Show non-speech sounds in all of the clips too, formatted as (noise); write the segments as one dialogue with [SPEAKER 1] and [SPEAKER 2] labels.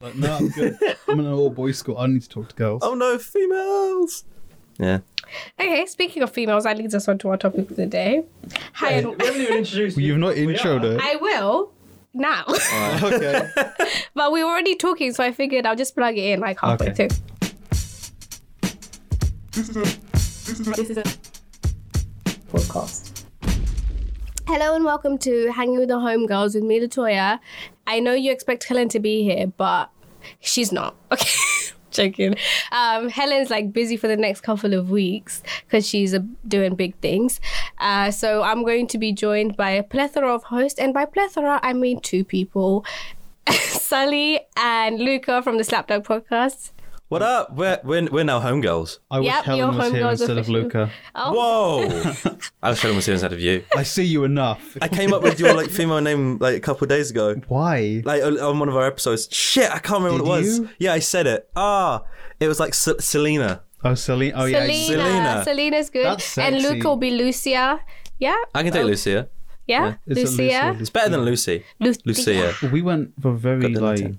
[SPEAKER 1] Like, no, I'm good. I'm in an all boys school. I don't need to talk to girls.
[SPEAKER 2] Oh no, females. Yeah.
[SPEAKER 3] Okay, speaking of females, that leads us on to our topic of the day. Hi,
[SPEAKER 4] We
[SPEAKER 3] and
[SPEAKER 4] haven't even introduced you.
[SPEAKER 1] You've not
[SPEAKER 4] We
[SPEAKER 1] introed
[SPEAKER 4] are.
[SPEAKER 1] her.
[SPEAKER 2] (laughs)
[SPEAKER 3] I will now,
[SPEAKER 1] Okay.
[SPEAKER 3] but we were already talking, so I figured I'll just plug it in like halfway
[SPEAKER 1] Okay.
[SPEAKER 3] through. podcast. Hello and welcome to Hanging with the Homegirls with me, Latoya. I know you expect Helen to be here, but she's not. (laughs) Okay, joking. Um, Helen's like busy for the next couple of weeks because she's uh, doing big things. Uh, so I'm going to be joined by a plethora of hosts, and by plethora I mean two people. (laughs) Sully and Luca from the Slapdog podcast.
[SPEAKER 1] Oh.
[SPEAKER 2] What up? We're we're, we're now homegirls.
[SPEAKER 1] I wish
[SPEAKER 3] Yep, your
[SPEAKER 1] Helen was here
[SPEAKER 3] homegirls
[SPEAKER 1] instead of
[SPEAKER 3] official.
[SPEAKER 1] Luca.
[SPEAKER 3] Oh,
[SPEAKER 1] (laughs)
[SPEAKER 2] Whoa! I was showing my scenes out of you.
[SPEAKER 1] I see you enough.
[SPEAKER 2] I came up with your like female name like a couple of days ago.
[SPEAKER 1] Why?
[SPEAKER 2] Like on on one of our episodes. Shit, I can't remember what it
[SPEAKER 1] Did
[SPEAKER 2] was.
[SPEAKER 1] you?
[SPEAKER 2] Yeah, I said it. Ah, it was like S- Selena.
[SPEAKER 1] Oh, Celine. Oh, yeah.
[SPEAKER 3] Selena.
[SPEAKER 1] you-
[SPEAKER 2] Selena.
[SPEAKER 3] Selena's good.
[SPEAKER 1] That's
[SPEAKER 3] And
[SPEAKER 1] sexy.
[SPEAKER 3] Luca will be Lucia. Yeah.
[SPEAKER 2] I can take Lucia.
[SPEAKER 3] Yeah.
[SPEAKER 1] It's a
[SPEAKER 3] Lucia.
[SPEAKER 2] It's better than Lucy.
[SPEAKER 3] Lu-
[SPEAKER 2] Lucia.
[SPEAKER 1] We went for very
[SPEAKER 2] Got the
[SPEAKER 1] like
[SPEAKER 2] Latin.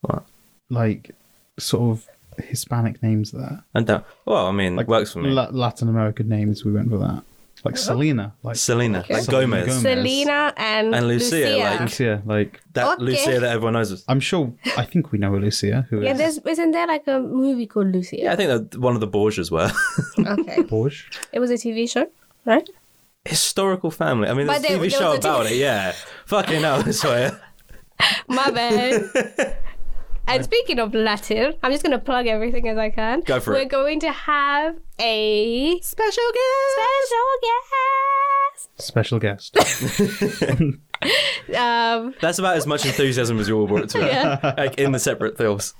[SPEAKER 2] What?
[SPEAKER 1] like sort of Hispanic names there.
[SPEAKER 2] And down. Well, I mean,
[SPEAKER 1] Like
[SPEAKER 2] works for me.
[SPEAKER 1] La- Latin American names. We went for that. Like Selena. Like
[SPEAKER 2] Selena,
[SPEAKER 3] Okay.
[SPEAKER 2] like
[SPEAKER 1] Selena
[SPEAKER 2] Gomez.
[SPEAKER 1] Gomez.
[SPEAKER 3] Selena and,
[SPEAKER 2] And Lucia, like-
[SPEAKER 1] Lucia. Like
[SPEAKER 2] That
[SPEAKER 3] Okay.
[SPEAKER 2] Lucia that everyone knows. Us.
[SPEAKER 1] I'm sure. I think we know Lucia. Who is
[SPEAKER 3] yeah, there's isn't there like a movie called Lucia?
[SPEAKER 2] Yeah, I think that one of the Borgias were
[SPEAKER 3] (laughs)
[SPEAKER 2] (laughs)
[SPEAKER 3] Okay.
[SPEAKER 1] Borge.
[SPEAKER 3] it was a TV show, right?
[SPEAKER 2] historical family. I mean,
[SPEAKER 3] But
[SPEAKER 2] there's a
[SPEAKER 3] there-
[SPEAKER 2] TV
[SPEAKER 3] there
[SPEAKER 2] show
[SPEAKER 3] was a
[SPEAKER 2] about
[SPEAKER 3] TV
[SPEAKER 2] it. Yeah, fucking hell, I swear. (laughs)
[SPEAKER 3] My bad. and speaking of Latin, I'm just gonna plug everything as I can.
[SPEAKER 2] Go for
[SPEAKER 3] We're
[SPEAKER 2] it.
[SPEAKER 3] going to have a special guest.
[SPEAKER 1] Special
[SPEAKER 2] (laughs)
[SPEAKER 3] Special
[SPEAKER 1] guest.
[SPEAKER 3] guest. Um,
[SPEAKER 2] That's about as much enthusiasm as you all brought to it.
[SPEAKER 3] Yeah.
[SPEAKER 2] Like in the separate films.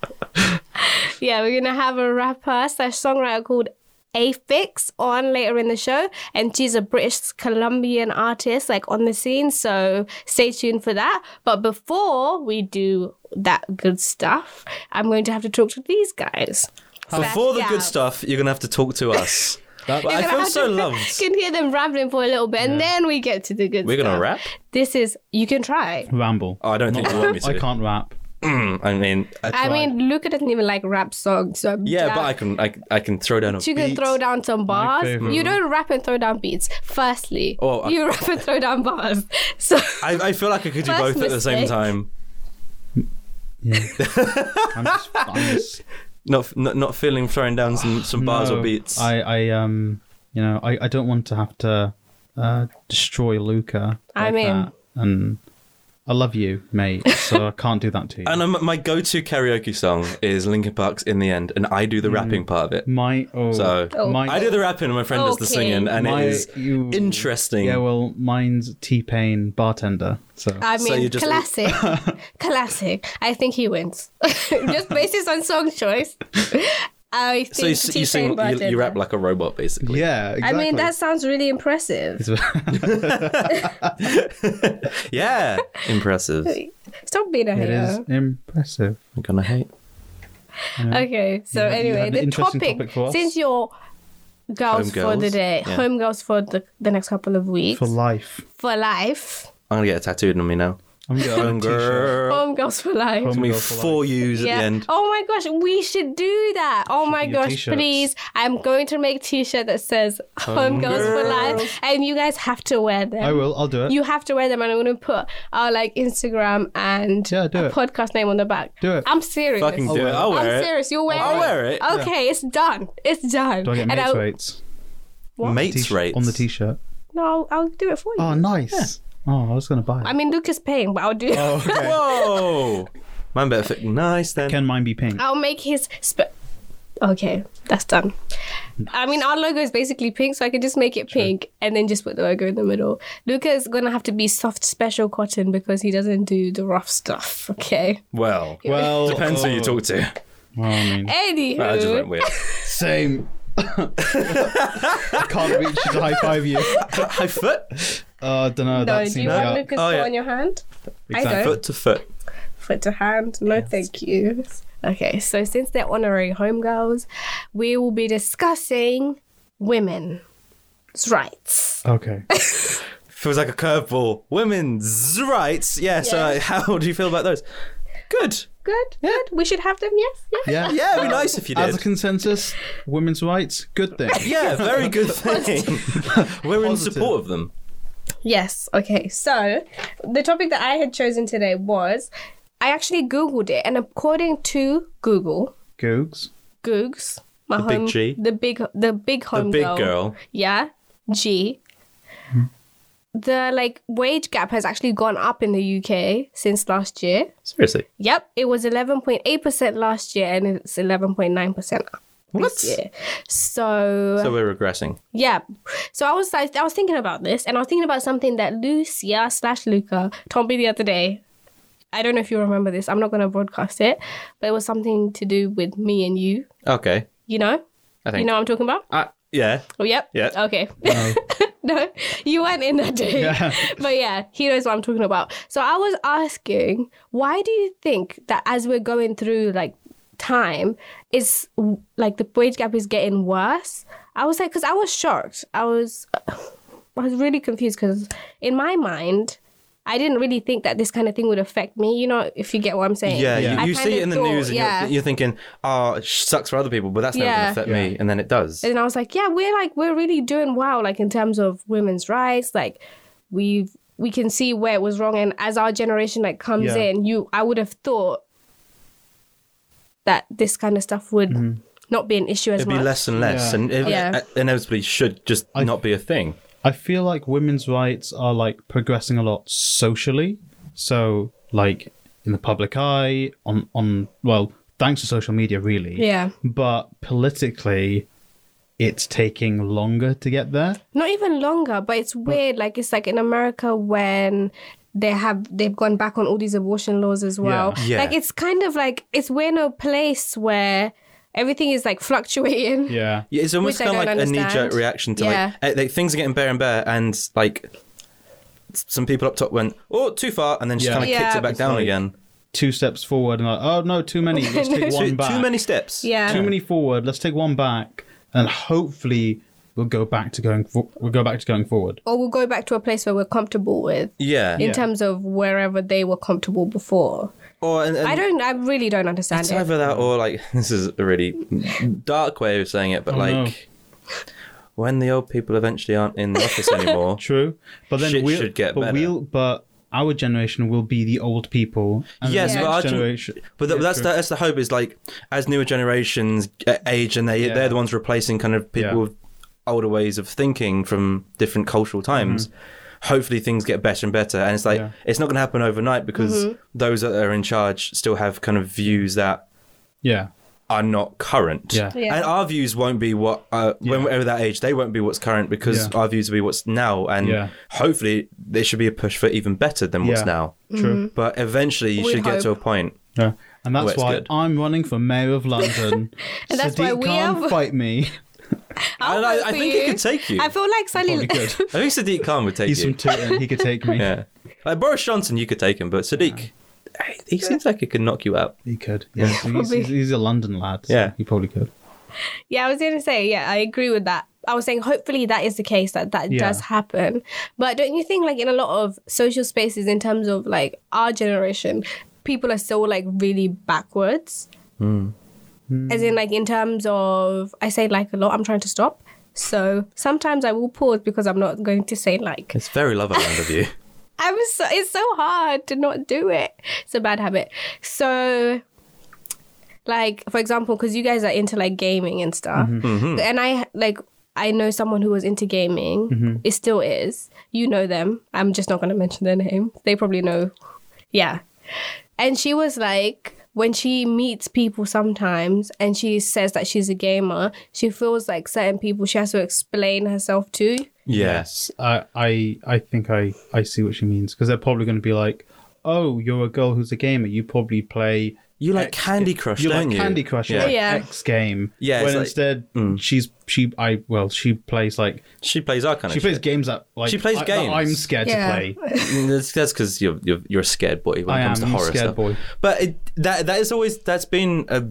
[SPEAKER 3] yeah, we're gonna have a rapper slash songwriter called Afix on later in the show, and she's a British Colombian artist like on the scene. So stay tuned for that. But before we do that good stuff, I'm going to have to talk to these guys.
[SPEAKER 2] Before the
[SPEAKER 3] Yeah.
[SPEAKER 2] good stuff, you're gonna have to talk to us.
[SPEAKER 1] (laughs) That-
[SPEAKER 2] But I
[SPEAKER 3] You're gonna
[SPEAKER 2] feel
[SPEAKER 3] have
[SPEAKER 2] so
[SPEAKER 3] to- (laughs)
[SPEAKER 2] loved.
[SPEAKER 3] Can hear them rambling for a little bit, and then we get to the good.
[SPEAKER 2] We're gonna
[SPEAKER 3] stuff.
[SPEAKER 2] rap?
[SPEAKER 3] This is you can try.
[SPEAKER 1] Ramble.
[SPEAKER 2] Oh, I don't think you want me to.
[SPEAKER 1] I can't rap.
[SPEAKER 2] Mm, I mean, I,
[SPEAKER 3] I mean, Luca doesn't even like rap songs, so I'm
[SPEAKER 2] yeah,
[SPEAKER 3] glad
[SPEAKER 2] but I can, I, I can throw down a
[SPEAKER 3] You can
[SPEAKER 2] beat.
[SPEAKER 3] throw down some bars.
[SPEAKER 1] favourite.
[SPEAKER 3] You don't rap and throw down beats. Firstly,
[SPEAKER 2] Oh, I-
[SPEAKER 3] you (laughs) rap and throw down bars. (laughs) So
[SPEAKER 2] I, I feel like I could do
[SPEAKER 3] First
[SPEAKER 2] both at the same
[SPEAKER 3] mistake.
[SPEAKER 2] time.
[SPEAKER 1] Yeah. I'm just, I'm just
[SPEAKER 2] Not, f- not, not feeling throwing down some, some bars
[SPEAKER 1] Ah, No,
[SPEAKER 2] or beats.
[SPEAKER 1] I, I um, you know, I, I don't want to have to uh, destroy Luca.
[SPEAKER 3] I
[SPEAKER 1] like
[SPEAKER 3] mean-
[SPEAKER 1] that. and I love you, mate. So
[SPEAKER 3] (laughs)
[SPEAKER 1] I can't do that to you.
[SPEAKER 2] And I'm, my go-to karaoke song is Linkin Park's "In the End," and I do the rapping part of it.
[SPEAKER 1] my oh,
[SPEAKER 2] So
[SPEAKER 3] Oh.
[SPEAKER 1] Mm. my,
[SPEAKER 2] I do the rapping, and my friend does the
[SPEAKER 3] Okay.
[SPEAKER 2] singing, and
[SPEAKER 1] my-
[SPEAKER 2] it is
[SPEAKER 1] you-
[SPEAKER 2] interesting.
[SPEAKER 1] Yeah, well, mine's T Pain bartender. So
[SPEAKER 3] I
[SPEAKER 2] So
[SPEAKER 3] mean,
[SPEAKER 2] you just-
[SPEAKER 3] classic,
[SPEAKER 2] (laughs)
[SPEAKER 3] classic. I think he wins. (laughs) Just basis on song choice. (laughs) I think
[SPEAKER 2] so you, s- you sing,
[SPEAKER 3] T-Pain
[SPEAKER 2] you, you rap
[SPEAKER 3] Bartender.
[SPEAKER 2] like a
[SPEAKER 1] (laughs)
[SPEAKER 2] robot, basically.
[SPEAKER 1] yeah,
[SPEAKER 3] I
[SPEAKER 1] exactly. (laughs)
[SPEAKER 3] mean, that sounds really impressive.
[SPEAKER 2] Yeah, impressive.
[SPEAKER 3] Stop being a
[SPEAKER 1] it
[SPEAKER 3] hater.
[SPEAKER 1] is impressive.
[SPEAKER 2] I'm gonna hate.
[SPEAKER 3] Okay, so
[SPEAKER 1] you had
[SPEAKER 3] anyway,
[SPEAKER 1] an
[SPEAKER 3] the
[SPEAKER 1] interesting
[SPEAKER 3] topic,
[SPEAKER 1] topic for us.
[SPEAKER 3] since you're girls, for the
[SPEAKER 2] Homegirls,
[SPEAKER 3] day,
[SPEAKER 2] yeah.
[SPEAKER 3] homegirls for the, the next couple of weeks,
[SPEAKER 1] For life,
[SPEAKER 3] for life,
[SPEAKER 2] I'm gonna get a tattooed on me now.
[SPEAKER 1] I'm going to
[SPEAKER 2] Girl,
[SPEAKER 3] homegirls for life.
[SPEAKER 2] it's gonna be
[SPEAKER 1] Homegirl Oh. for
[SPEAKER 2] four U's at the end.
[SPEAKER 3] Oh my gosh, we should do that. Oh my
[SPEAKER 1] be your
[SPEAKER 3] gosh,
[SPEAKER 1] t-shirts.
[SPEAKER 3] please. I'm going to make t-shirt that says Homegirls for Life and you guys have to wear them.
[SPEAKER 1] I will. I'll do it.
[SPEAKER 3] You have to wear them and I'm going to put our like Instagram and
[SPEAKER 1] Yeah, do
[SPEAKER 3] our
[SPEAKER 1] it.
[SPEAKER 3] podcast name on the back.
[SPEAKER 1] Do it.
[SPEAKER 3] I'm serious.
[SPEAKER 2] Fucking do
[SPEAKER 1] wear
[SPEAKER 2] it.
[SPEAKER 1] it.
[SPEAKER 2] I'll
[SPEAKER 3] I'm
[SPEAKER 2] wear it.
[SPEAKER 3] serious. You're wearing
[SPEAKER 2] I'll
[SPEAKER 3] it.
[SPEAKER 2] wear it.
[SPEAKER 3] Okay, it's done. It's done.
[SPEAKER 1] do I get
[SPEAKER 3] And
[SPEAKER 1] mates
[SPEAKER 3] I'll-
[SPEAKER 1] rates?
[SPEAKER 2] Mates
[SPEAKER 1] T-
[SPEAKER 2] rates
[SPEAKER 1] on the
[SPEAKER 2] (laughs)
[SPEAKER 1] T-shirt.
[SPEAKER 3] No, I'll, I'll do it for you.
[SPEAKER 1] Oh, nice. Oh, I was going to buy it.
[SPEAKER 3] I mean, Luke is paying, but I'll do it.
[SPEAKER 1] Oh.
[SPEAKER 2] Whoa, (laughs) mine better fit nice then.
[SPEAKER 1] Can mine be pink?
[SPEAKER 3] I'll make his. Sp- okay, that's done. I mean, our logo is basically pink, so I can just make it pink and then just put the logo in the middle. Luca's gonna have to be soft special cotton because he doesn't do the rough stuff. (laughs) Okay.
[SPEAKER 2] well,
[SPEAKER 1] Well,
[SPEAKER 2] depends who you talk to.
[SPEAKER 1] Well, I mean,
[SPEAKER 3] Anywho,
[SPEAKER 2] I just went weird. (laughs)
[SPEAKER 1] same.
[SPEAKER 3] (laughs)
[SPEAKER 1] I can't reach you to high five you.
[SPEAKER 2] High foot.
[SPEAKER 1] Oh, I don't know.
[SPEAKER 3] no,
[SPEAKER 1] that
[SPEAKER 3] do
[SPEAKER 1] seems
[SPEAKER 3] you want
[SPEAKER 1] yeah.
[SPEAKER 3] Luca's
[SPEAKER 2] Oh,
[SPEAKER 3] foot
[SPEAKER 2] yeah.
[SPEAKER 3] on your hand?
[SPEAKER 2] Exactly.
[SPEAKER 3] don't.
[SPEAKER 2] Foot to foot.
[SPEAKER 3] Foot to hand? No, thank you. Okay, so since they're honorary homegirls, we will be discussing women's rights.
[SPEAKER 1] Okay.
[SPEAKER 2] Feels like a curveball. Women's rights. Yeah, so
[SPEAKER 3] Yeah.
[SPEAKER 2] (laughs) like, how do you feel about those? Good.
[SPEAKER 3] Good, good. We should have them, yes? yes. (laughs)
[SPEAKER 1] Yeah.
[SPEAKER 2] Yeah, it'd be nice if you did.
[SPEAKER 1] As a consensus, women's rights, good thing.
[SPEAKER 2] yeah, very good thing. (laughs) We're in
[SPEAKER 1] Positive.
[SPEAKER 2] support of them.
[SPEAKER 3] Yes. Okay. So the topic that I had chosen today was I actually Googled it, and according to Google,
[SPEAKER 1] Googs.
[SPEAKER 3] Googs, my
[SPEAKER 2] The big
[SPEAKER 3] home,
[SPEAKER 2] G?
[SPEAKER 3] the big, the big
[SPEAKER 2] The
[SPEAKER 3] home,
[SPEAKER 2] big girl.
[SPEAKER 3] yeah, G. The like wage gap has actually gone up in the UK since last year.
[SPEAKER 2] Seriously.
[SPEAKER 3] Yep, it was 11.8% last year and it's 11.9%
[SPEAKER 2] What?
[SPEAKER 3] this year. So
[SPEAKER 2] So we're regressing.
[SPEAKER 3] yeah. So I was like, I was thinking about this, and I was thinking about something that Lucia slash Luca told me the other day. I don't know if you remember this. I'm not going to broadcast it, but it was something to do with me and you.
[SPEAKER 2] Okay.
[SPEAKER 3] You know,
[SPEAKER 2] I think.
[SPEAKER 3] you know what I'm talking about.
[SPEAKER 2] Uh, yeah.
[SPEAKER 3] Oh, yep.
[SPEAKER 2] Yeah.
[SPEAKER 3] Okay. (laughs) no, you weren't in that day.
[SPEAKER 1] Yeah.
[SPEAKER 3] (laughs) But yeah, he knows what I'm talking about. So I was asking, why do you think that as we're going through like time, is like the wage gap is getting worse? I was like, because I was shocked. I was, (sighs) I was really confused because in my mind. I didn't really think that this kind of thing would affect me, you know, if you get what I'm saying.
[SPEAKER 2] Yeah,
[SPEAKER 1] Yeah.
[SPEAKER 3] I
[SPEAKER 2] you, you
[SPEAKER 3] kinda
[SPEAKER 2] see it in the
[SPEAKER 3] thought,
[SPEAKER 2] news and
[SPEAKER 3] yeah.
[SPEAKER 2] you're, you're thinking, oh, it sucks for other people, but that's never
[SPEAKER 3] Yeah.
[SPEAKER 2] going to affect me. And then it does.
[SPEAKER 3] and I was like, yeah, we're like we're really doing well, like in terms of women's rights, like we've we can see where it was wrong, and as our generation like comes
[SPEAKER 1] Yeah.
[SPEAKER 3] in, you I would have thought that this kind of stuff would not be an issue as
[SPEAKER 2] Mm-hmm. It'd
[SPEAKER 3] much.
[SPEAKER 2] be less and less,
[SPEAKER 1] Yeah.
[SPEAKER 2] and it
[SPEAKER 3] Yeah.
[SPEAKER 2] it inevitably should just not be a thing.
[SPEAKER 1] I feel like women's rights are like progressing a lot socially. So like in the public eye, on on well, thanks to social media really.
[SPEAKER 3] Yeah,
[SPEAKER 1] But politically it's taking longer to get there.
[SPEAKER 3] not even longer, but it's weird. Like it's like in America when they have they've gone back on all these abortion laws as well.
[SPEAKER 2] Yeah. Yeah.
[SPEAKER 3] Like it's kind of like it's we're in a place where everything is like fluctuating.
[SPEAKER 1] Yeah.
[SPEAKER 2] Yeah, It's almost
[SPEAKER 3] Which I
[SPEAKER 2] kind of like
[SPEAKER 3] don't
[SPEAKER 2] a
[SPEAKER 3] understand.
[SPEAKER 2] knee-jerk reaction to
[SPEAKER 3] Yeah.
[SPEAKER 2] like, eh, like things are getting better and better, and like s- some people up top went, oh, too far, and then just
[SPEAKER 1] Yeah.
[SPEAKER 2] kind of kicked
[SPEAKER 3] Yeah.
[SPEAKER 2] it back
[SPEAKER 3] It's
[SPEAKER 2] down
[SPEAKER 1] like-
[SPEAKER 2] again.
[SPEAKER 1] Two steps forward and like, oh no, too many.
[SPEAKER 3] (laughs)
[SPEAKER 1] Let's take one
[SPEAKER 2] Too,
[SPEAKER 1] back.
[SPEAKER 2] too many steps.
[SPEAKER 3] Yeah.
[SPEAKER 1] Too many forward. Let's take one back, and hopefully we'll go back to going. For- we'll go back to going forward.
[SPEAKER 3] or we'll go back to a place where we're comfortable with
[SPEAKER 2] Yeah.
[SPEAKER 3] in
[SPEAKER 1] Yeah.
[SPEAKER 3] terms of wherever they were comfortable before.
[SPEAKER 2] Or and, and
[SPEAKER 1] Um,
[SPEAKER 3] I don't I really don't understand
[SPEAKER 2] it's
[SPEAKER 3] it.
[SPEAKER 2] either that or like (laughs) this is a really dark way of saying it, but
[SPEAKER 1] Oh,
[SPEAKER 2] like
[SPEAKER 1] no.
[SPEAKER 2] when the old people eventually aren't in the office anymore,
[SPEAKER 1] True, but then
[SPEAKER 2] Shit
[SPEAKER 1] we'll,
[SPEAKER 2] should get
[SPEAKER 1] but
[SPEAKER 2] better.
[SPEAKER 1] we'll, but our generation will be the old people. And
[SPEAKER 2] Yes,
[SPEAKER 1] the
[SPEAKER 2] but our
[SPEAKER 1] next
[SPEAKER 2] gen-
[SPEAKER 1] generation.
[SPEAKER 2] But th-
[SPEAKER 1] Yeah,
[SPEAKER 2] that's
[SPEAKER 1] true.
[SPEAKER 2] the, that's the hope is like as newer generations uh, age and they
[SPEAKER 1] Yeah.
[SPEAKER 2] they're the ones replacing kind of people
[SPEAKER 1] Yeah.
[SPEAKER 2] with older ways of thinking from different cultural times. Hopefully things get better and better, and it's like
[SPEAKER 1] Mm-hmm. Yeah.
[SPEAKER 2] it's not going to happen overnight because those that are in charge still have kind of views that
[SPEAKER 1] Yeah,
[SPEAKER 2] are not current.
[SPEAKER 1] Yeah.
[SPEAKER 3] Yeah.
[SPEAKER 2] And our views won't be what, uh, when
[SPEAKER 1] Yeah.
[SPEAKER 2] we're that age, they won't be what's current because
[SPEAKER 1] Yeah.
[SPEAKER 2] our views will be what's now. And
[SPEAKER 1] Yeah.
[SPEAKER 2] hopefully there should be a push for even better than what's
[SPEAKER 1] Yeah.
[SPEAKER 2] now.
[SPEAKER 1] true.
[SPEAKER 2] But eventually you
[SPEAKER 3] Mm-hmm. We'd
[SPEAKER 2] should get to a
[SPEAKER 3] hope.
[SPEAKER 2] point.
[SPEAKER 1] Yeah. And that's
[SPEAKER 2] Well, it's
[SPEAKER 1] why
[SPEAKER 2] good.
[SPEAKER 1] I'm running for mayor of London.
[SPEAKER 3] (laughs) And that's why
[SPEAKER 1] Sadiq
[SPEAKER 3] we
[SPEAKER 1] can't
[SPEAKER 3] are-
[SPEAKER 1] fight me.
[SPEAKER 3] I'll
[SPEAKER 2] And I,
[SPEAKER 3] vote
[SPEAKER 2] I
[SPEAKER 3] for
[SPEAKER 2] think
[SPEAKER 3] you.
[SPEAKER 2] it could take you.
[SPEAKER 3] I feel like
[SPEAKER 1] Probably
[SPEAKER 3] suddenly
[SPEAKER 1] could.
[SPEAKER 2] I think Sadiq Khan would take
[SPEAKER 1] He's
[SPEAKER 2] you.
[SPEAKER 1] from Tooting. He could take me.
[SPEAKER 2] (laughs) yeah. Like Boris Johnson, you could take him, but Sadiq, eh, he seems like he could knock you out.
[SPEAKER 1] He could. Yeah.
[SPEAKER 3] (laughs)
[SPEAKER 1] so he's, he's, he's a London lad. so
[SPEAKER 2] Yeah.
[SPEAKER 1] He probably could.
[SPEAKER 3] (laughs) Yeah, I was gonna say, yeah, I agree with that. I was saying hopefully that is the case that that
[SPEAKER 1] Yeah.
[SPEAKER 3] does happen. But don't you think like in a lot of social spaces in terms of like our generation, people are still like really backwards?
[SPEAKER 1] Hmm.
[SPEAKER 3] As in like in terms of I say like a lot, I'm trying to stop. So sometimes I will pause because I'm not going to say like
[SPEAKER 2] It's very love island of
[SPEAKER 1] (laughs)
[SPEAKER 2] you.
[SPEAKER 3] I'm so it's so hard to not do it. It's a bad habit. So like for example, because you guys are into like gaming and stuff, and I like I know someone who was into gaming. It still is. You know them. I'm just not gonna mention their name. They probably know. Yeah, and she was like. When she meets people sometimes and she says that she's a gamer, she feels like certain people she has to explain herself to.
[SPEAKER 2] Yes.
[SPEAKER 1] I I I think I I see what she means because they're probably going to be like, oh, you're a girl who's a gamer. You probably play.
[SPEAKER 2] You like
[SPEAKER 1] X-
[SPEAKER 2] Candy Crush,
[SPEAKER 1] You
[SPEAKER 2] don't
[SPEAKER 1] like
[SPEAKER 2] you?
[SPEAKER 1] Candy Crush. Yeah.
[SPEAKER 2] Yeah.
[SPEAKER 1] Like
[SPEAKER 3] Yeah.
[SPEAKER 1] X game.
[SPEAKER 2] Yeah, it's
[SPEAKER 1] When
[SPEAKER 2] like- mm.
[SPEAKER 1] instead she's she I well she plays like
[SPEAKER 2] She plays our kind
[SPEAKER 1] she
[SPEAKER 2] of
[SPEAKER 1] plays
[SPEAKER 2] shit.
[SPEAKER 1] games that like
[SPEAKER 2] She plays
[SPEAKER 1] I, that
[SPEAKER 2] games.
[SPEAKER 1] I'm scared
[SPEAKER 3] Yeah.
[SPEAKER 1] to play.
[SPEAKER 2] (laughs) that's because you're, you're you're a scared boy when
[SPEAKER 1] I
[SPEAKER 2] it comes
[SPEAKER 1] am,
[SPEAKER 2] to
[SPEAKER 1] I'm a
[SPEAKER 2] horror
[SPEAKER 1] scared
[SPEAKER 2] stuff.
[SPEAKER 1] boy.
[SPEAKER 2] But it, that that is always that's been a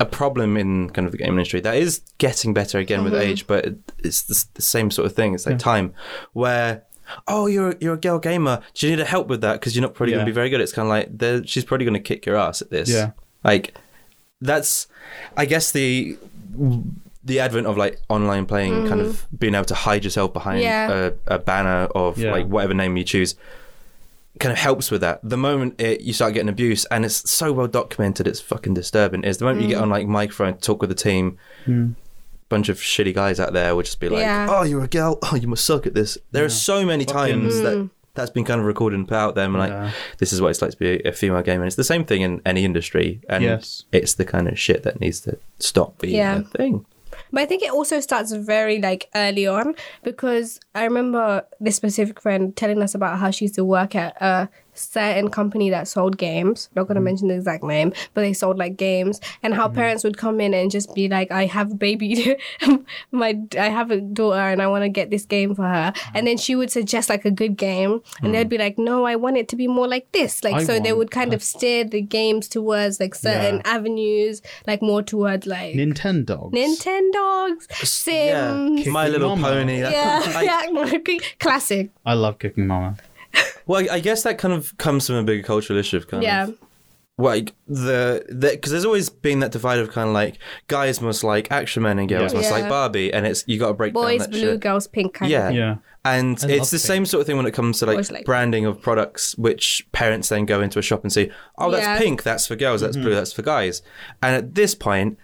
[SPEAKER 2] a problem in kind of the game industry. That is getting better again with age, but it, it's the, s- the same sort of thing. It's like time where oh, you're you're a girl gamer. Do you need help with that? Because you're not probably going
[SPEAKER 1] Yeah.
[SPEAKER 2] to be very good. It's kind of like there- she's probably going to kick your ass at this.
[SPEAKER 1] Yeah.
[SPEAKER 2] Like that's, I guess the the advent of like online playing, kind of being able to hide yourself behind
[SPEAKER 3] Yeah.
[SPEAKER 2] a, a banner of
[SPEAKER 1] Yeah.
[SPEAKER 2] like whatever name you choose. Kind of helps with that. The moment it, you start getting abuse, and it's so well documented, it's fucking disturbing. Is the moment
[SPEAKER 3] Mm.
[SPEAKER 2] you get on like microphone to talk with the team, bunch of shitty guys out there would just be like,
[SPEAKER 3] Yeah.
[SPEAKER 2] "Oh, you're a girl. Oh, you must suck at this." There are so many times
[SPEAKER 3] Mm.
[SPEAKER 2] that that's been kind of recorded and put out there. And like,
[SPEAKER 1] Yeah.
[SPEAKER 2] this is what it's like to be a female gamer. And it's the same thing in any industry, and
[SPEAKER 1] Yes.
[SPEAKER 2] it's the kind of shit that needs to stop being
[SPEAKER 3] Yeah.
[SPEAKER 2] a thing.
[SPEAKER 3] But I think it also starts very like early on because I remember this specific friend telling us about how she used to work at a certain company that sold games. Not
[SPEAKER 1] Mm.
[SPEAKER 3] gonna mention the exact name, but they sold like games and how parents would come in and just be like, "I have a baby, (laughs) my I have a daughter, and I want to get this game for her." And then she would suggest like a good game, and they'd be like, "No, I want it to be more like this." Like
[SPEAKER 1] Mm. I
[SPEAKER 3] so, they
[SPEAKER 1] want-
[SPEAKER 3] would kind of steer the games towards like certain avenues, like more towards like.
[SPEAKER 1] Nintendo.
[SPEAKER 3] Nintendogs, Sims.
[SPEAKER 2] Yeah. My
[SPEAKER 1] Kicking
[SPEAKER 2] Little
[SPEAKER 1] Mama.
[SPEAKER 2] Pony. that- (laughs)
[SPEAKER 3] (laughs) Yeah, yeah, classic.
[SPEAKER 1] I love Cooking Mama.
[SPEAKER 2] Well, I- I guess that kind of comes from a bigger cultural issue of kind
[SPEAKER 3] Yeah,
[SPEAKER 2] of like the because there's always been that divide of kind of like guys must like action men and girls
[SPEAKER 1] Yeah.
[SPEAKER 2] must
[SPEAKER 3] Yeah.
[SPEAKER 2] like Barbie, and it's you got to break
[SPEAKER 3] boys
[SPEAKER 2] down that
[SPEAKER 3] blue,
[SPEAKER 2] shit.
[SPEAKER 3] girls pink. Kind
[SPEAKER 2] Yeah.
[SPEAKER 3] Of.
[SPEAKER 1] Yeah.
[SPEAKER 2] And
[SPEAKER 1] I love
[SPEAKER 2] it's the
[SPEAKER 1] pink.
[SPEAKER 2] same sort of thing when it comes to
[SPEAKER 3] Always
[SPEAKER 2] like,
[SPEAKER 3] like-
[SPEAKER 2] branding of products, which parents then go into a shop and say, "Oh, that's
[SPEAKER 3] Yeah.
[SPEAKER 2] pink. That's for girls.
[SPEAKER 1] Mm-hmm.
[SPEAKER 2] That's blue. That's for guys." And at this point,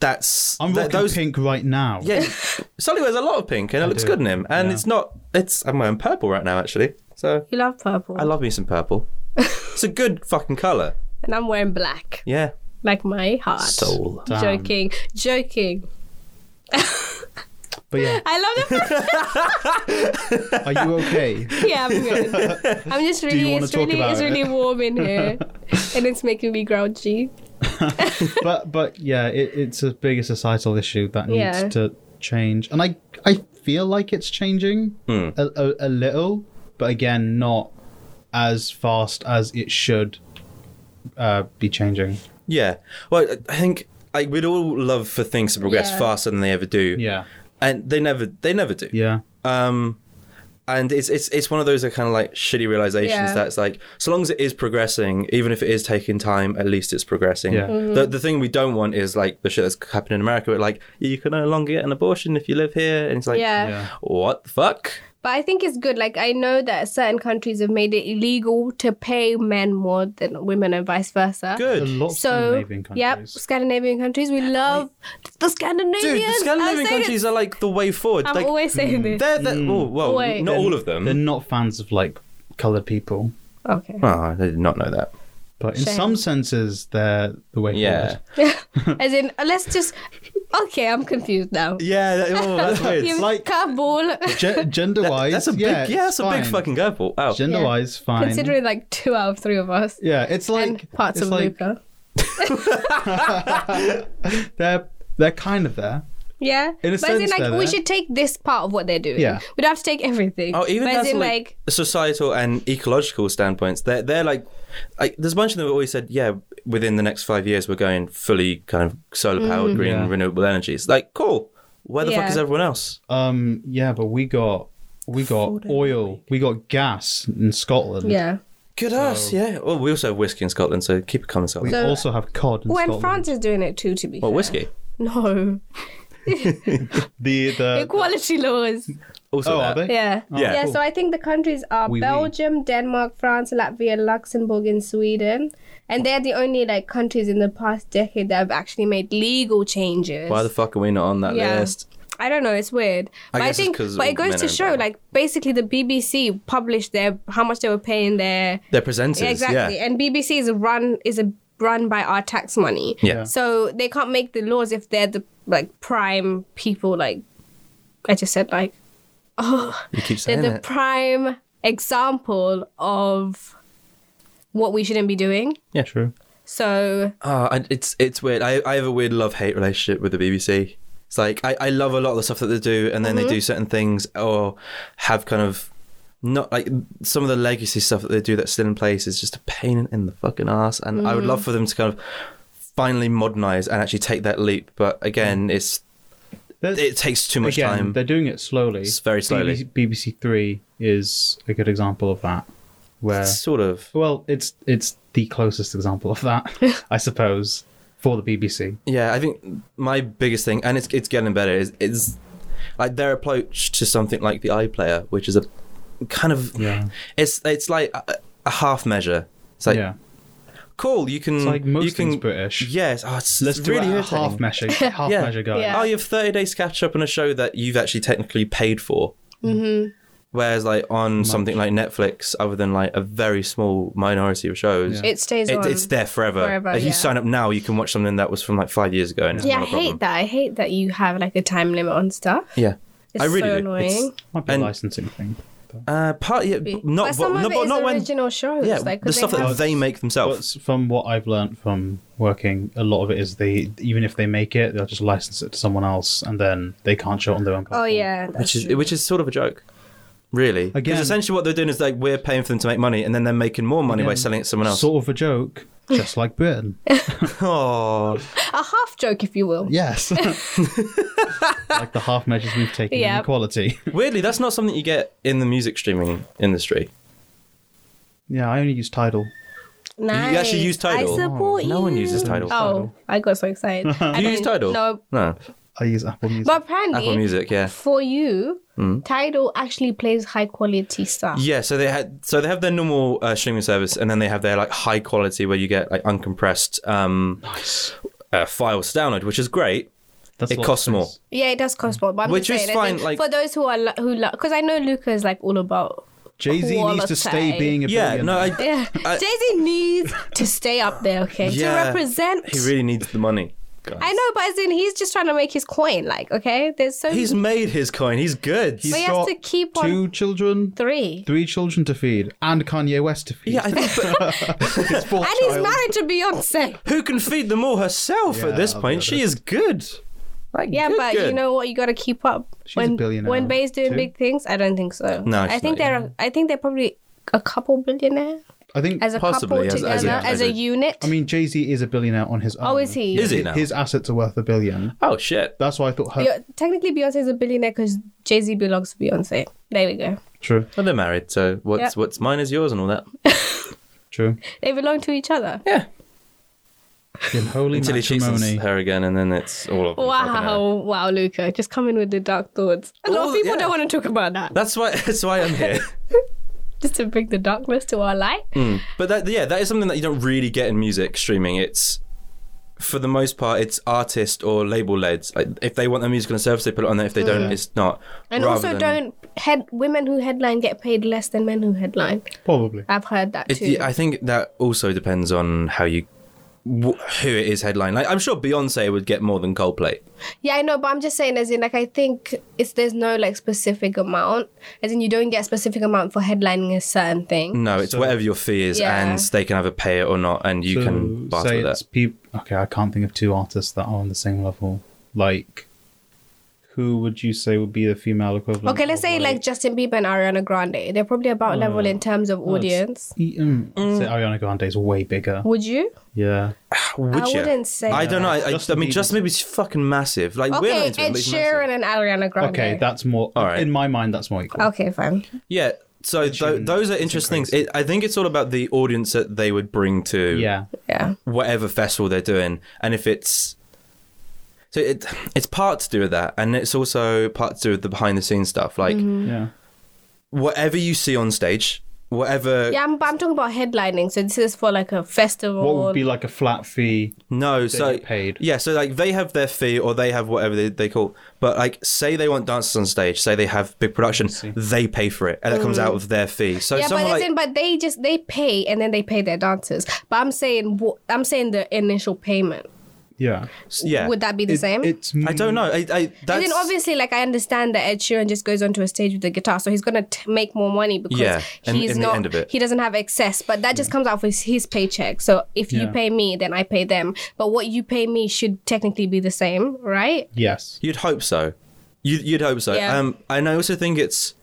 [SPEAKER 2] that's
[SPEAKER 1] I'm
[SPEAKER 2] th-
[SPEAKER 1] rocking pink right now.
[SPEAKER 2] Yeah,
[SPEAKER 1] (laughs)
[SPEAKER 2] Sully wears a lot of pink, and it looks
[SPEAKER 1] do.
[SPEAKER 2] good in him. And
[SPEAKER 1] Yeah.
[SPEAKER 2] it's not. It's I'm wearing purple right now, actually. So
[SPEAKER 3] You love purple,
[SPEAKER 2] I love me some purple. it's a good fucking color.
[SPEAKER 3] and I'm wearing black,
[SPEAKER 2] Yeah,
[SPEAKER 3] like my heart.
[SPEAKER 2] soul.
[SPEAKER 1] Damn.
[SPEAKER 3] Joking, joking.
[SPEAKER 1] But yeah,
[SPEAKER 3] I love the fact
[SPEAKER 1] are you
[SPEAKER 2] (laughs)
[SPEAKER 1] okay?
[SPEAKER 3] yeah, I'm good. I'm just
[SPEAKER 1] you
[SPEAKER 3] really,
[SPEAKER 1] wanna
[SPEAKER 3] it's
[SPEAKER 1] talk
[SPEAKER 3] really,
[SPEAKER 1] about
[SPEAKER 3] it's
[SPEAKER 1] it?
[SPEAKER 3] really warm
[SPEAKER 2] (laughs)
[SPEAKER 3] in here, and it's making me grouchy.
[SPEAKER 1] but but yeah, it, it's a bigger societal issue that needs
[SPEAKER 3] Yeah.
[SPEAKER 1] to change, and I I feel like it's changing
[SPEAKER 2] Hmm.
[SPEAKER 1] a, a, a little, but again, not as fast as it should uh, be changing.
[SPEAKER 2] Yeah. Well, I- I think like we'd all love for things to progress
[SPEAKER 3] Yeah.
[SPEAKER 2] faster than they ever do.
[SPEAKER 1] Yeah,
[SPEAKER 2] And they never. They never do.
[SPEAKER 1] yeah,
[SPEAKER 2] um and it's it's it's one of those kind of like shitty realizations
[SPEAKER 3] Yeah.
[SPEAKER 2] that's like so long as it is progressing even if it is taking time at least it's progressing
[SPEAKER 1] Yeah.
[SPEAKER 3] Mm-hmm.
[SPEAKER 2] the, the thing we don't want is like the shit that's happening in america where like you can no longer get an abortion if you live here and it's like
[SPEAKER 3] Yeah.
[SPEAKER 1] yeah,
[SPEAKER 2] what the fuck
[SPEAKER 3] But I think it's good. Like I know that certain countries have made it illegal to pay men more than women, and vice versa.
[SPEAKER 1] A
[SPEAKER 2] good
[SPEAKER 1] lot of
[SPEAKER 3] So,
[SPEAKER 1] Scandinavian
[SPEAKER 3] yep,
[SPEAKER 1] countries.
[SPEAKER 3] Scandinavian countries. We love the Scandinavians.
[SPEAKER 2] dude the
[SPEAKER 3] I'm
[SPEAKER 2] scandinavian
[SPEAKER 3] saying it
[SPEAKER 2] countries are like the way forward
[SPEAKER 3] I'm
[SPEAKER 2] like
[SPEAKER 3] always saying this.
[SPEAKER 2] they're, they're oh, well
[SPEAKER 3] Wait.
[SPEAKER 2] not all of
[SPEAKER 1] They're
[SPEAKER 2] them
[SPEAKER 1] not fans of like colored people,
[SPEAKER 3] Okay.
[SPEAKER 2] oh i did not know that
[SPEAKER 1] but in
[SPEAKER 3] Shame.
[SPEAKER 1] some senses, they're the way
[SPEAKER 2] yeah
[SPEAKER 1] forward.
[SPEAKER 3] (laughs)
[SPEAKER 1] (laughs)
[SPEAKER 3] As in, let's just. Okay, I'm confused now.
[SPEAKER 2] yeah that-
[SPEAKER 3] (laughs)
[SPEAKER 2] oh, that's weird
[SPEAKER 3] You
[SPEAKER 1] like- (laughs)
[SPEAKER 3] cabal.
[SPEAKER 2] (laughs)
[SPEAKER 1] Ge- gender wise,
[SPEAKER 2] that's a big yeah,
[SPEAKER 1] yeah,
[SPEAKER 2] that's a big fucking curveball wow
[SPEAKER 1] Gender wise, fine.
[SPEAKER 3] Considering like two out of three of us
[SPEAKER 1] yeah, it's like
[SPEAKER 3] and parts
[SPEAKER 1] it's
[SPEAKER 3] of
[SPEAKER 1] like
[SPEAKER 3] Luca.
[SPEAKER 1] they're they're kind of there.
[SPEAKER 3] Yeah.
[SPEAKER 1] in a
[SPEAKER 3] but as in,
[SPEAKER 1] sense
[SPEAKER 3] like,
[SPEAKER 1] they're
[SPEAKER 3] we
[SPEAKER 1] there.
[SPEAKER 3] should take this part of what they're doing.
[SPEAKER 1] Yeah.
[SPEAKER 3] We don't have to take everything.
[SPEAKER 2] Oh, even
[SPEAKER 3] but
[SPEAKER 2] that's
[SPEAKER 3] as in,
[SPEAKER 2] like,
[SPEAKER 3] like,
[SPEAKER 2] societal and ecological standpoints. They're they're like, like there's a bunch of them that always said, yeah, within the next five years we're going fully kind of solar powered, green,
[SPEAKER 1] Yeah.
[SPEAKER 2] renewable energies. Like, cool. Where the fuck
[SPEAKER 3] Mm. Yeah.
[SPEAKER 2] is everyone else?
[SPEAKER 1] Um, yeah, but we got we got oil, we got gas in Scotland.
[SPEAKER 3] yeah.
[SPEAKER 2] Good us, yeah. Well, we also have whiskey in Scotland, so keep it coming, Scotland.
[SPEAKER 1] We
[SPEAKER 3] So-
[SPEAKER 1] also have cod in
[SPEAKER 3] Well, and
[SPEAKER 1] Scotland.
[SPEAKER 3] France is doing it too, to be
[SPEAKER 2] What
[SPEAKER 3] fair.
[SPEAKER 2] whiskey?
[SPEAKER 3] (laughs) No.
[SPEAKER 1] the the
[SPEAKER 3] Equality laws.
[SPEAKER 2] Also,
[SPEAKER 1] oh, are
[SPEAKER 2] that.
[SPEAKER 1] they?
[SPEAKER 3] Yeah.
[SPEAKER 2] Yeah.
[SPEAKER 3] Yeah,
[SPEAKER 1] cool.
[SPEAKER 3] so I think the countries are
[SPEAKER 1] Oui, oui.
[SPEAKER 3] Belgium, Denmark, France, Latvia, Luxembourg, and Sweden. And they're the only like countries in the past decade that have actually made legal changes.
[SPEAKER 2] Why the fuck are we not on that
[SPEAKER 3] Yeah.
[SPEAKER 2] list?
[SPEAKER 3] I don't know, it's weird. but I
[SPEAKER 2] guess it's
[SPEAKER 3] think
[SPEAKER 2] 'cause
[SPEAKER 3] but
[SPEAKER 2] all
[SPEAKER 3] it goes
[SPEAKER 2] men
[SPEAKER 3] to
[SPEAKER 2] are in
[SPEAKER 3] show
[SPEAKER 2] power.
[SPEAKER 3] like basically the BBC published their how much they were paying their
[SPEAKER 2] They're presenters,
[SPEAKER 3] yeah, exactly.
[SPEAKER 2] yeah.
[SPEAKER 3] And BBC is run is a run by our tax money.
[SPEAKER 2] Yeah.
[SPEAKER 3] So they can't make the laws if they're the like prime people like I just said like
[SPEAKER 2] You keep
[SPEAKER 3] they're
[SPEAKER 2] saying
[SPEAKER 3] the
[SPEAKER 2] it.
[SPEAKER 3] prime example of what we shouldn't be doing.
[SPEAKER 1] yeah, true.
[SPEAKER 3] So
[SPEAKER 2] Oh, and it's it's weird. I, I have a weird love hate relationship with the BBC. It's like I, I love a lot of the stuff that they do, and then
[SPEAKER 3] Mm-hmm.
[SPEAKER 2] they do certain things or have kind of not like some of the legacy stuff that they do that's still in place is just a pain in the fucking ass. And I would love
[SPEAKER 3] Mm-hmm. Mm.
[SPEAKER 2] for them to kind of finally modernize and actually take that leap. But again, it's
[SPEAKER 1] There's-
[SPEAKER 2] it takes too much
[SPEAKER 1] Again,
[SPEAKER 2] time.
[SPEAKER 1] they're doing it slowly.
[SPEAKER 2] It's very slowly.
[SPEAKER 1] BBC, BBC Three is a good example of that, where
[SPEAKER 2] Sort of.
[SPEAKER 1] well, it's it's the closest example of
[SPEAKER 3] (laughs)
[SPEAKER 1] that, I suppose, for the BBC.
[SPEAKER 2] Yeah, I think my biggest thing, and it's it's getting better, is is like their approach to something like the iPlayer, which is a kind of
[SPEAKER 1] Yeah.
[SPEAKER 2] It's it's like a, a half measure. It's like
[SPEAKER 1] yeah,
[SPEAKER 2] cool, you can
[SPEAKER 1] it's like
[SPEAKER 2] you
[SPEAKER 1] most
[SPEAKER 2] can,
[SPEAKER 1] things British.
[SPEAKER 2] Yes, oh, it's
[SPEAKER 1] Let's
[SPEAKER 2] it's really
[SPEAKER 1] do it at a
[SPEAKER 2] irritating.
[SPEAKER 1] half measure, half
[SPEAKER 2] Yeah.
[SPEAKER 1] measure guy.
[SPEAKER 3] Yeah.
[SPEAKER 2] Oh, you have thirty days to catch up on a show that you've actually technically paid for.
[SPEAKER 3] Mm-hmm.
[SPEAKER 2] Whereas, like on something like Netflix, other than like a very small minority of shows,
[SPEAKER 1] Yeah.
[SPEAKER 3] It stays
[SPEAKER 2] it,
[SPEAKER 3] on.
[SPEAKER 2] it's there forever.
[SPEAKER 3] Forever,
[SPEAKER 2] like,
[SPEAKER 3] yeah.
[SPEAKER 2] You sign up now, you can watch something that was from like five years ago, and it's
[SPEAKER 3] yeah,
[SPEAKER 2] not
[SPEAKER 3] I
[SPEAKER 2] a problem.
[SPEAKER 3] hate that. I hate that you have like a time limit on stuff.
[SPEAKER 2] Yeah,
[SPEAKER 3] It's
[SPEAKER 2] I really
[SPEAKER 3] so
[SPEAKER 2] do.
[SPEAKER 3] annoying.
[SPEAKER 2] It's-
[SPEAKER 1] Might be
[SPEAKER 2] And-
[SPEAKER 1] a licensing thing. but-
[SPEAKER 2] uh, part yeah,
[SPEAKER 3] Be-
[SPEAKER 2] b- not
[SPEAKER 3] but some
[SPEAKER 2] but,
[SPEAKER 3] of
[SPEAKER 2] no,
[SPEAKER 3] it
[SPEAKER 2] but
[SPEAKER 3] is
[SPEAKER 2] not when
[SPEAKER 3] original shows.
[SPEAKER 2] yeah,
[SPEAKER 3] like,
[SPEAKER 2] the
[SPEAKER 3] 'cause
[SPEAKER 2] stuff
[SPEAKER 3] they
[SPEAKER 2] that
[SPEAKER 3] have-
[SPEAKER 2] they make themselves.
[SPEAKER 1] But from what I've learned from working, a lot of it is they even if they make it, they'll just license it to someone else, and then they can't show it on their own.
[SPEAKER 3] Oh
[SPEAKER 1] platform.
[SPEAKER 3] yeah, that's
[SPEAKER 2] which is
[SPEAKER 3] true.
[SPEAKER 2] which is sort of a joke, really. Because
[SPEAKER 1] Again-
[SPEAKER 2] essentially what they're doing is like we're paying for them to make money, and then they're making more money by
[SPEAKER 1] Again,
[SPEAKER 2] selling it to someone else.
[SPEAKER 1] sort of a joke, just like
[SPEAKER 3] (laughs)
[SPEAKER 1] Britain.
[SPEAKER 2] (laughs) oh,
[SPEAKER 3] a half joke, if you will. (laughs)
[SPEAKER 1] yes, like the half measures we've taken
[SPEAKER 3] Yeah.
[SPEAKER 1] in quality.
[SPEAKER 2] weirdly, that's not something you get in the music streaming industry.
[SPEAKER 1] (laughs) yeah, I only use Tidal.
[SPEAKER 3] Nice.
[SPEAKER 2] actually use Tidal?
[SPEAKER 3] I support you.
[SPEAKER 2] No one uses Tidal.
[SPEAKER 3] Oh, I got so excited.
[SPEAKER 2] (laughs)
[SPEAKER 3] I
[SPEAKER 2] you
[SPEAKER 3] don't-
[SPEAKER 2] use Tidal?
[SPEAKER 3] No,
[SPEAKER 2] no.
[SPEAKER 1] I use Apple Music.
[SPEAKER 3] but apparently
[SPEAKER 2] Apple Music, Hmm? yeah.
[SPEAKER 3] for you, Tidal actually plays high quality stuff.
[SPEAKER 2] Yeah, so they had so they have their normal uh, streaming service, and then they have their like high quality where you get like uncompressed um,
[SPEAKER 1] Nice.
[SPEAKER 2] uh, files to download, which is great.
[SPEAKER 1] That's
[SPEAKER 2] It
[SPEAKER 1] a lot
[SPEAKER 2] costs
[SPEAKER 1] of
[SPEAKER 2] more.
[SPEAKER 1] space.
[SPEAKER 3] Yeah, it does cost more, but I'm
[SPEAKER 2] Mm. Which
[SPEAKER 3] just
[SPEAKER 2] is
[SPEAKER 3] saying, I think
[SPEAKER 2] fine, like-
[SPEAKER 3] for those who are lo- who love, because I know Luca is like all about.
[SPEAKER 1] Jay Z needs to stay
[SPEAKER 3] Quality.
[SPEAKER 1] being a
[SPEAKER 2] Yeah, no,
[SPEAKER 1] billionaire.
[SPEAKER 2] I,
[SPEAKER 3] (laughs) Yeah,
[SPEAKER 2] I-
[SPEAKER 3] Jay Z needs to stay up there, okay,
[SPEAKER 2] Yeah.
[SPEAKER 3] to represent.
[SPEAKER 2] he really needs the money. guys.
[SPEAKER 3] I know, but as in he's just trying to make his coin. Like, okay, there's so
[SPEAKER 2] He's made his coin. He's good.
[SPEAKER 1] He's
[SPEAKER 3] But he has
[SPEAKER 1] got
[SPEAKER 3] to keep on-
[SPEAKER 1] two children,
[SPEAKER 3] three,
[SPEAKER 1] three children to feed, and Kanye West to feed.
[SPEAKER 2] yeah, I think,
[SPEAKER 1] His fourth
[SPEAKER 3] (laughs) and he's
[SPEAKER 1] child.
[SPEAKER 3] married to Beyonce.
[SPEAKER 2] (laughs) who can feed them all herself
[SPEAKER 1] Yeah,
[SPEAKER 2] at this
[SPEAKER 1] I'll be
[SPEAKER 2] point? She is good. Like,
[SPEAKER 3] Yeah,
[SPEAKER 2] good,
[SPEAKER 3] but you
[SPEAKER 2] good.
[SPEAKER 3] know what? You got to keep up.
[SPEAKER 1] She's
[SPEAKER 3] when
[SPEAKER 1] a billionaire,
[SPEAKER 3] when Bay's doing
[SPEAKER 1] too.
[SPEAKER 3] big things, I don't think so.
[SPEAKER 2] No,
[SPEAKER 3] I
[SPEAKER 2] she's
[SPEAKER 3] think
[SPEAKER 2] not,
[SPEAKER 3] they're I think they're probably a couple billionaire
[SPEAKER 1] I think
[SPEAKER 3] as a
[SPEAKER 2] Possibly, as-
[SPEAKER 3] couple
[SPEAKER 2] as
[SPEAKER 3] together as,
[SPEAKER 2] a-
[SPEAKER 3] a,
[SPEAKER 2] as a-
[SPEAKER 3] unit.
[SPEAKER 1] I mean, Jay Z is a billionaire on his own.
[SPEAKER 3] Oh, is he?
[SPEAKER 2] Is he now?
[SPEAKER 1] His assets are worth a billion.
[SPEAKER 2] Oh shit!
[SPEAKER 1] That's why I thought her.
[SPEAKER 3] Be- technically, Beyonce is a billionaire because Jay Z belongs to Beyonce. There we go.
[SPEAKER 1] True,
[SPEAKER 2] Well, they're married, so what's
[SPEAKER 3] Yep.
[SPEAKER 2] what's mine is yours and all that.
[SPEAKER 1] true.
[SPEAKER 3] They belong to each other.
[SPEAKER 2] Yeah.
[SPEAKER 1] In holy
[SPEAKER 2] Until he cheats
[SPEAKER 1] matrimony.
[SPEAKER 2] her again, and then it's all of them fucking out.
[SPEAKER 3] Wow, wow, Luca, just come in with the dark thoughts. A lot
[SPEAKER 2] Oh,
[SPEAKER 3] of people
[SPEAKER 2] yeah.
[SPEAKER 3] don't want to talk about that.
[SPEAKER 2] That's why. (laughs) That's why I'm here.
[SPEAKER 3] Just to bring the darkness to our light.
[SPEAKER 2] Hmm. But that, yeah, that is something that you don't really get in music streaming. It's for the most part, it's artist or label led. Like if they want their music on a service, they put it on there. If they don't, it's not.
[SPEAKER 3] Hmm. And
[SPEAKER 2] Rather than-
[SPEAKER 3] also, don't head women who headline get paid less than men who headline.
[SPEAKER 1] Probably.
[SPEAKER 3] I've heard that
[SPEAKER 2] It,
[SPEAKER 3] too.
[SPEAKER 2] yeah, I think that also depends on how you, wh- who it is headline. Like I'm sure Beyonce would get more than Coldplay.
[SPEAKER 3] Yeah, I know, but I'm just saying, as in, like, I think it's there's no like specific amount, as in, you don't get a specific amount for headlining a certain thing.
[SPEAKER 2] No, it's
[SPEAKER 1] So-
[SPEAKER 2] whatever your fee is,
[SPEAKER 3] Yeah.
[SPEAKER 2] and they can either pay it or not, and you
[SPEAKER 1] So,
[SPEAKER 2] can barter
[SPEAKER 1] say
[SPEAKER 2] with
[SPEAKER 1] it's
[SPEAKER 2] that.
[SPEAKER 1] peop- Okay, I can't think of two artists that are on the same level. Like, who would you say would be the female equivalent?
[SPEAKER 3] Okay, let's
[SPEAKER 1] of,
[SPEAKER 3] say like Justin Bieber and Ariana Grande, they're probably about level in terms of
[SPEAKER 1] it's-
[SPEAKER 3] audience.
[SPEAKER 1] Eaton. I'd E, um, say
[SPEAKER 2] Mm.
[SPEAKER 1] Ariana Grande's way bigger.
[SPEAKER 3] Would you?
[SPEAKER 1] Yeah.
[SPEAKER 2] (sighs) Would
[SPEAKER 3] I
[SPEAKER 2] you?
[SPEAKER 3] wouldn't say
[SPEAKER 2] I don't know. I, I, I
[SPEAKER 1] Justin
[SPEAKER 2] mean,
[SPEAKER 1] Bieber's-
[SPEAKER 2] Justin Bieber's fucking massive. Like we're not
[SPEAKER 3] Okay,
[SPEAKER 2] into him,
[SPEAKER 3] Ed
[SPEAKER 2] but he's massive.
[SPEAKER 3] Sheeran and Ariana Grande.
[SPEAKER 1] Okay, that's more.
[SPEAKER 2] All right.
[SPEAKER 1] In my mind, that's more equal.
[SPEAKER 3] Okay, fine.
[SPEAKER 2] Yeah. So th-
[SPEAKER 1] shouldn't-
[SPEAKER 2] those are
[SPEAKER 1] it's
[SPEAKER 2] interesting things. It,
[SPEAKER 1] increased.
[SPEAKER 2] I think it's all about the audience that they would bring to
[SPEAKER 1] Yeah.
[SPEAKER 3] Yeah.
[SPEAKER 2] whatever festival they're doing, and if it's so it it's part to do with that, and it's also part to do with the behind the scenes stuff. Like
[SPEAKER 3] Mm.
[SPEAKER 1] Yeah.
[SPEAKER 2] whatever you see on stage, whatever.
[SPEAKER 3] Yeah, I'm, but I'm talking about headlining. So this is for like a festival.
[SPEAKER 1] What would be like a flat fee?
[SPEAKER 2] No, so
[SPEAKER 1] get paid.
[SPEAKER 2] Yeah, so like they have their fee or they have whatever they, they call. But like, say they want dancers on stage, say they have big production, they pay for it, and it comes out of their fee. So
[SPEAKER 3] yeah, but
[SPEAKER 2] someone
[SPEAKER 3] as
[SPEAKER 2] like
[SPEAKER 3] in, but they just they pay and then they pay their dancers. But I'm saying, wha- I'm saying the initial payment.
[SPEAKER 1] Yeah.
[SPEAKER 2] yeah,
[SPEAKER 3] Would that be the
[SPEAKER 1] It-
[SPEAKER 3] same?
[SPEAKER 1] It's.
[SPEAKER 2] I don't know. I, I
[SPEAKER 3] And
[SPEAKER 2] that's
[SPEAKER 3] then obviously, like I understand that Ed Sheeran just goes onto a stage with a guitar, so he's gonna t- make more money because
[SPEAKER 2] Yeah, and-
[SPEAKER 3] he's
[SPEAKER 2] and the
[SPEAKER 3] not.
[SPEAKER 2] end of it.
[SPEAKER 3] He doesn't have excess, but that just comes out of his, his paycheck. So if you
[SPEAKER 1] Yeah.
[SPEAKER 3] pay me, then I pay them. But what you pay me should technically be the same, right?
[SPEAKER 1] Yes.
[SPEAKER 2] You'd hope so. You'd, you'd hope so.
[SPEAKER 3] Yeah.
[SPEAKER 2] Um, and I also think it's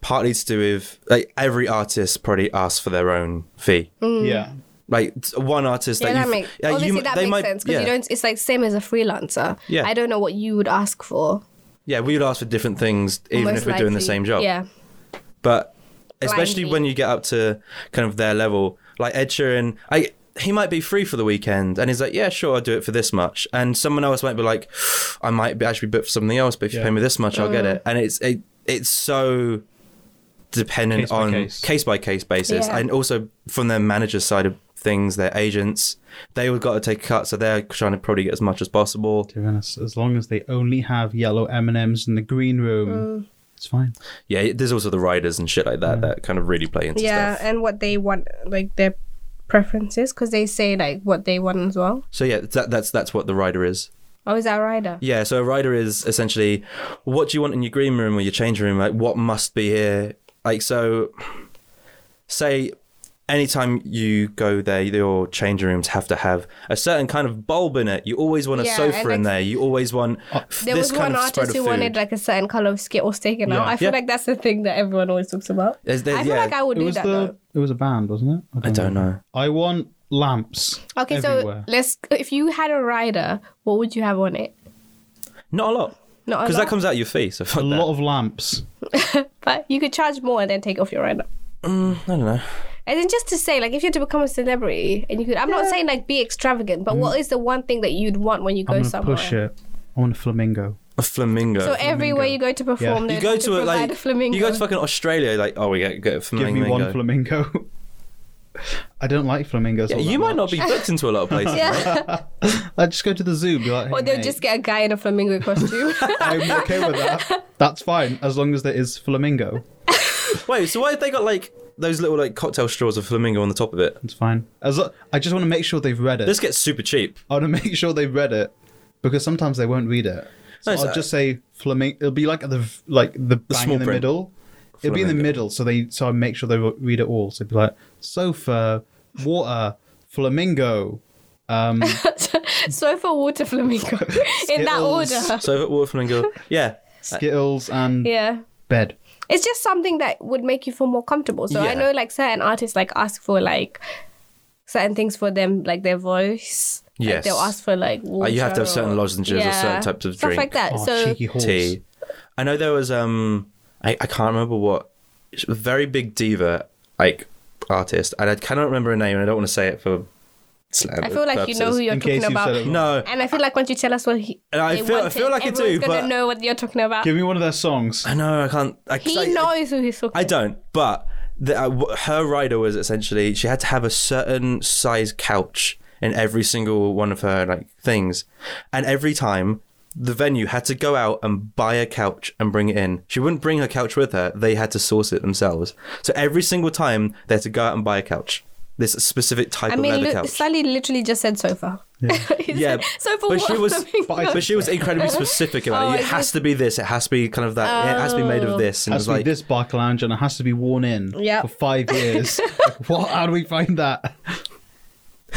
[SPEAKER 2] partly to do with like every artist probably asks for their own fee.
[SPEAKER 1] Yeah.
[SPEAKER 2] Like t- one artist
[SPEAKER 3] Mm. Yeah,
[SPEAKER 2] that,
[SPEAKER 3] that
[SPEAKER 2] you,
[SPEAKER 3] makes
[SPEAKER 2] yeah, you
[SPEAKER 3] obviously
[SPEAKER 2] m-
[SPEAKER 3] that
[SPEAKER 2] they
[SPEAKER 3] makes
[SPEAKER 2] might-
[SPEAKER 3] sense because
[SPEAKER 2] yeah.
[SPEAKER 3] you don't. It's like same as a freelancer.
[SPEAKER 2] Yeah.
[SPEAKER 3] I don't know what you would ask for.
[SPEAKER 2] Yeah, we would ask for different things even
[SPEAKER 3] most
[SPEAKER 2] if we're doing the
[SPEAKER 3] likely.
[SPEAKER 2] same job.
[SPEAKER 3] Yeah.
[SPEAKER 2] But especially
[SPEAKER 3] Blindly.
[SPEAKER 2] when you get up to kind of their level, like Ed Sheeran, I he might be free for the weekend and he's like, Yeah, sure, I'll do it for this much. And someone else might be like, I might be actually booked for something else, but if you
[SPEAKER 1] Yeah.
[SPEAKER 2] pay me this much, I'll
[SPEAKER 3] Mm.
[SPEAKER 2] get it. And it's it, it's so dependent
[SPEAKER 1] Case by
[SPEAKER 2] on
[SPEAKER 1] case.
[SPEAKER 2] case by case basis.
[SPEAKER 3] Yeah.
[SPEAKER 2] And also from their manager's side of things, their agents, they all got to take a cut, so they're trying to probably get as much as possible.
[SPEAKER 1] To be honest, as long as they only have yellow M and M's in the green
[SPEAKER 3] Mm.
[SPEAKER 1] room, it's fine.
[SPEAKER 2] Yeah, there's also the riders and shit like
[SPEAKER 1] Mm.
[SPEAKER 2] that that kind of really play into
[SPEAKER 3] Yeah,
[SPEAKER 2] stuff.
[SPEAKER 3] and what they want, like their preferences, because they say like what they want as well.
[SPEAKER 2] So yeah, that, that's that's what the rider is.
[SPEAKER 3] Oh, is that a rider?
[SPEAKER 2] Yeah, so a rider is essentially what do you want in your green room or your change room? Like, what must be here? Like, so say anytime you go there, your change rooms have to have a certain kind of bulb in it. You always want a
[SPEAKER 3] Yeah,
[SPEAKER 2] sofa
[SPEAKER 3] and
[SPEAKER 2] in
[SPEAKER 3] like-
[SPEAKER 2] there. You always want
[SPEAKER 1] Uh,
[SPEAKER 3] There
[SPEAKER 2] this
[SPEAKER 3] was one
[SPEAKER 2] kind of spread
[SPEAKER 3] artist
[SPEAKER 2] of
[SPEAKER 3] who
[SPEAKER 2] food.
[SPEAKER 3] wanted like a certain color of skittles taken out.
[SPEAKER 1] Yeah.
[SPEAKER 3] I feel
[SPEAKER 2] Yeah.
[SPEAKER 3] like that's the thing that everyone always talks about.
[SPEAKER 2] Is there-
[SPEAKER 3] I feel
[SPEAKER 2] yeah.
[SPEAKER 3] like I would
[SPEAKER 1] it
[SPEAKER 3] do
[SPEAKER 1] was
[SPEAKER 3] that
[SPEAKER 1] the
[SPEAKER 3] though.
[SPEAKER 1] it was a band, wasn't it?
[SPEAKER 2] I don't know.
[SPEAKER 1] I want lamps.
[SPEAKER 3] Okay,
[SPEAKER 1] everywhere.
[SPEAKER 3] so let's. If you had a rider, what would you have on it?
[SPEAKER 2] Not a lot.
[SPEAKER 3] Not a
[SPEAKER 2] Because that
[SPEAKER 3] lot?
[SPEAKER 2] comes out of your fee. So fuck
[SPEAKER 1] a
[SPEAKER 2] that.
[SPEAKER 1] lot of lamps.
[SPEAKER 3] But you could charge more and then take off your rider.
[SPEAKER 2] Mm, I don't know.
[SPEAKER 3] And then just to say, like, if you had to become a celebrity and you could, I'm not saying like be extravagant, but what is the one thing that you'd want when you go
[SPEAKER 1] Mm. I'm gonna
[SPEAKER 3] somewhere?
[SPEAKER 1] push it. I want a flamingo.
[SPEAKER 2] A flamingo.
[SPEAKER 3] So everywhere you go to perform,
[SPEAKER 1] Yeah.
[SPEAKER 3] yeah.
[SPEAKER 2] you go to a, like
[SPEAKER 3] a flamingo.
[SPEAKER 2] you go to fucking Australia. Like, oh, we get, get a
[SPEAKER 1] Give
[SPEAKER 2] flamingo.
[SPEAKER 1] me one flamingo. (laughs) I don't like flamingos.
[SPEAKER 2] Yeah,
[SPEAKER 1] all
[SPEAKER 2] you
[SPEAKER 1] that
[SPEAKER 2] might not
[SPEAKER 1] much.
[SPEAKER 2] be booked into a lot of places.
[SPEAKER 3] (laughs) yeah,
[SPEAKER 1] I just go to the zoo. and Be like, hey,
[SPEAKER 3] or they'll
[SPEAKER 1] mate,
[SPEAKER 3] just get a guy in a flamingo
[SPEAKER 2] (laughs)
[SPEAKER 3] costume. (laughs)
[SPEAKER 1] I'm okay with that. That's fine as long as there is flamingo.
[SPEAKER 2] Wait, so why have they got like those little like cocktail straws of flamingo on the top of it?
[SPEAKER 1] It's fine. As lo- I just want to make sure they've read it.
[SPEAKER 2] This gets super cheap.
[SPEAKER 1] I want to (laughs) make sure they've read it because sometimes they won't read it. So
[SPEAKER 2] No, it's-
[SPEAKER 1] I'll just say flamingo. It'll be like at the v- like the bang
[SPEAKER 2] small
[SPEAKER 1] in the
[SPEAKER 2] print.
[SPEAKER 1] middle. It'll be in the
[SPEAKER 2] Flamingo.
[SPEAKER 1] middle, so they so I make sure they re- read it all. So it'd be like sofa, water, flamingo.
[SPEAKER 3] so for water flamingo, in that
[SPEAKER 1] Skittles.
[SPEAKER 3] order.
[SPEAKER 2] So if it were
[SPEAKER 3] (laughs)
[SPEAKER 2] flamingo, yeah,
[SPEAKER 1] Skittles and
[SPEAKER 3] Yeah.
[SPEAKER 1] bed.
[SPEAKER 3] It's just something that would make you feel more comfortable. So I
[SPEAKER 2] Yeah.
[SPEAKER 3] know like certain artists like ask for like certain things for them, like their voice. Like,
[SPEAKER 2] Yes. Uh,
[SPEAKER 3] they'll ask for like water.
[SPEAKER 2] you have to have certain
[SPEAKER 3] or-
[SPEAKER 2] lozenges or certain types of
[SPEAKER 3] Stuff
[SPEAKER 2] drink.
[SPEAKER 3] like that.
[SPEAKER 1] Oh,
[SPEAKER 3] Uh, so
[SPEAKER 1] cheeky horse.
[SPEAKER 2] tea. I know there was um, I, I can't remember what she was a very big diva like artist, and I cannot remember her name, and I don't want to say it for. slander
[SPEAKER 3] I feel like you know
[SPEAKER 2] purposes.
[SPEAKER 3] who you're
[SPEAKER 1] In case
[SPEAKER 3] talking
[SPEAKER 1] you've said
[SPEAKER 3] about.
[SPEAKER 1] it wrong.
[SPEAKER 2] No,
[SPEAKER 3] And I feel like once you tell us what he,
[SPEAKER 2] And I
[SPEAKER 3] they
[SPEAKER 2] feel- I
[SPEAKER 3] wanted,
[SPEAKER 2] feel like I do,
[SPEAKER 3] everyone's gonna
[SPEAKER 2] but-
[SPEAKER 3] know what you're talking about.
[SPEAKER 1] Give me one of their songs.
[SPEAKER 2] I know I can't. I,
[SPEAKER 3] he
[SPEAKER 2] I,
[SPEAKER 3] knows who he's talking.
[SPEAKER 2] I don't, but the, uh, w- her rider was essentially she had to have a certain size couch in every single one of her like things, and every time the venue had to go out and buy a couch and bring it in. She wouldn't bring her couch with her; they had to source it themselves. So every single time they had to go out and buy a couch, this specific type
[SPEAKER 3] I mean,
[SPEAKER 2] of
[SPEAKER 3] Lu-
[SPEAKER 2] leather couch.
[SPEAKER 3] Sally literally just said sofa. (laughs) Yeah,
[SPEAKER 2] Yeah,
[SPEAKER 3] sofa.
[SPEAKER 2] but
[SPEAKER 3] But
[SPEAKER 2] she
[SPEAKER 3] (laughs)
[SPEAKER 2] was-
[SPEAKER 1] but I-
[SPEAKER 2] But she was incredibly specific about
[SPEAKER 3] Oh,
[SPEAKER 2] it. It
[SPEAKER 3] is
[SPEAKER 2] has to be this. It has to be kind of that. It has to be made
[SPEAKER 3] Oh.
[SPEAKER 2] of this. And
[SPEAKER 1] It has
[SPEAKER 2] it's
[SPEAKER 1] to be
[SPEAKER 2] like
[SPEAKER 1] this bark lounge and it has to be worn in
[SPEAKER 3] Yep.
[SPEAKER 1] for
[SPEAKER 3] (laughs)
[SPEAKER 1] five years. like, what? How do we find that?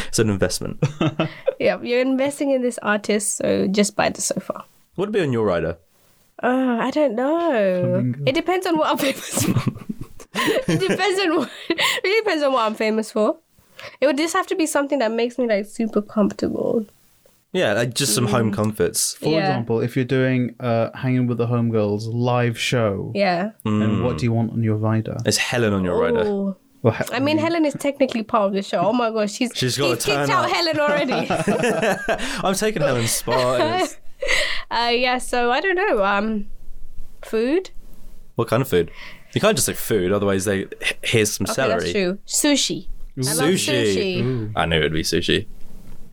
[SPEAKER 2] it's an investment. (laughs)
[SPEAKER 3] yeah, you're investing in this artist, so just buy the sofa.
[SPEAKER 2] what would be on your rider?
[SPEAKER 3] Oh, I don't know.
[SPEAKER 1] Flamingo.
[SPEAKER 3] It depends on what I'm famous for. it depends on what. It really depends on what I'm famous for. It would just have to be something that makes me like super comfortable.
[SPEAKER 2] Yeah, like just some
[SPEAKER 3] Mm.
[SPEAKER 2] home comforts.
[SPEAKER 1] For
[SPEAKER 3] Yeah.
[SPEAKER 1] example, if you're doing uh, Hanging with the Homegirls live show,
[SPEAKER 3] Yeah.
[SPEAKER 2] Hmm.
[SPEAKER 1] then what do you want on your rider?
[SPEAKER 2] It's Helen on your rider.
[SPEAKER 3] Ooh.
[SPEAKER 1] Well, he-
[SPEAKER 3] I mean, Helen is technically part of the show. Oh my gosh, she's
[SPEAKER 2] She's gotta
[SPEAKER 3] he's kicked
[SPEAKER 2] turn
[SPEAKER 3] out
[SPEAKER 2] up.
[SPEAKER 3] Helen already.
[SPEAKER 2] (laughs) I'm taking Helen's spot.
[SPEAKER 3] (laughs)
[SPEAKER 2] and it's-
[SPEAKER 3] uh, yeah, so I don't know. Um, food.
[SPEAKER 2] what kind of food? You can't just say food, otherwise they h- here's some
[SPEAKER 3] Okay,
[SPEAKER 2] celery.
[SPEAKER 3] that's true. Sushi. I love
[SPEAKER 2] Sushi.
[SPEAKER 1] Mm.
[SPEAKER 3] sushi.
[SPEAKER 2] I knew it'd be sushi.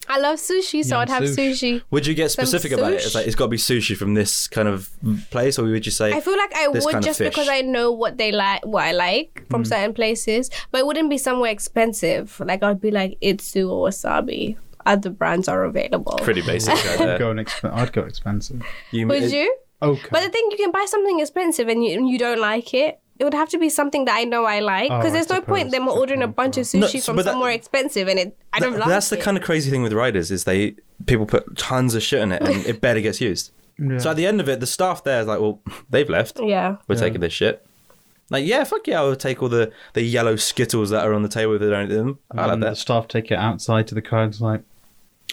[SPEAKER 3] I love sushi, so
[SPEAKER 1] Yeah,
[SPEAKER 3] I'd have
[SPEAKER 1] sushi.
[SPEAKER 3] sushi.
[SPEAKER 2] Would you get specific about it? It's
[SPEAKER 3] sushi.
[SPEAKER 2] like it's got to be sushi from this kind of place, or would you say?
[SPEAKER 3] I feel like I
[SPEAKER 2] This
[SPEAKER 3] would
[SPEAKER 2] kind of
[SPEAKER 3] just
[SPEAKER 2] fish. Mm.
[SPEAKER 3] because I know what they like, what I like from certain places, but it wouldn't be somewhere expensive. Like I'd be like Itsu or Wasabi. Other brands are available.
[SPEAKER 2] pretty
[SPEAKER 1] (laughs)
[SPEAKER 2] basic. right
[SPEAKER 1] I'd
[SPEAKER 2] there.
[SPEAKER 1] go, an exp- I'd go expensive.
[SPEAKER 2] You-
[SPEAKER 3] Would
[SPEAKER 2] it-
[SPEAKER 3] you?
[SPEAKER 1] Okay.
[SPEAKER 3] But the thing, you can buy something expensive and you, and you don't like it. It would have to be something that I know I like
[SPEAKER 1] Oh,
[SPEAKER 3] because
[SPEAKER 1] I
[SPEAKER 3] there's no point
[SPEAKER 1] suppose.
[SPEAKER 3] them ordering a bunch of
[SPEAKER 2] No,
[SPEAKER 3] sushi
[SPEAKER 2] so-
[SPEAKER 3] from
[SPEAKER 2] but that-
[SPEAKER 3] somewhere expensive and it I
[SPEAKER 2] Th-
[SPEAKER 3] don't like
[SPEAKER 2] that's the
[SPEAKER 3] it.
[SPEAKER 2] kind of crazy thing with riders is they people put tons of shit in it and it barely gets used.
[SPEAKER 1] Yeah.
[SPEAKER 2] So at the end of it, the staff there is like, well, (laughs) they've left.
[SPEAKER 3] yeah.
[SPEAKER 2] We're taking this shit. Like, yeah, fuck yeah, I'll take all the, the yellow Skittles that are on the table if they don't eat them. I like
[SPEAKER 1] And the
[SPEAKER 2] that.
[SPEAKER 1] staff take it outside to the car and it's like,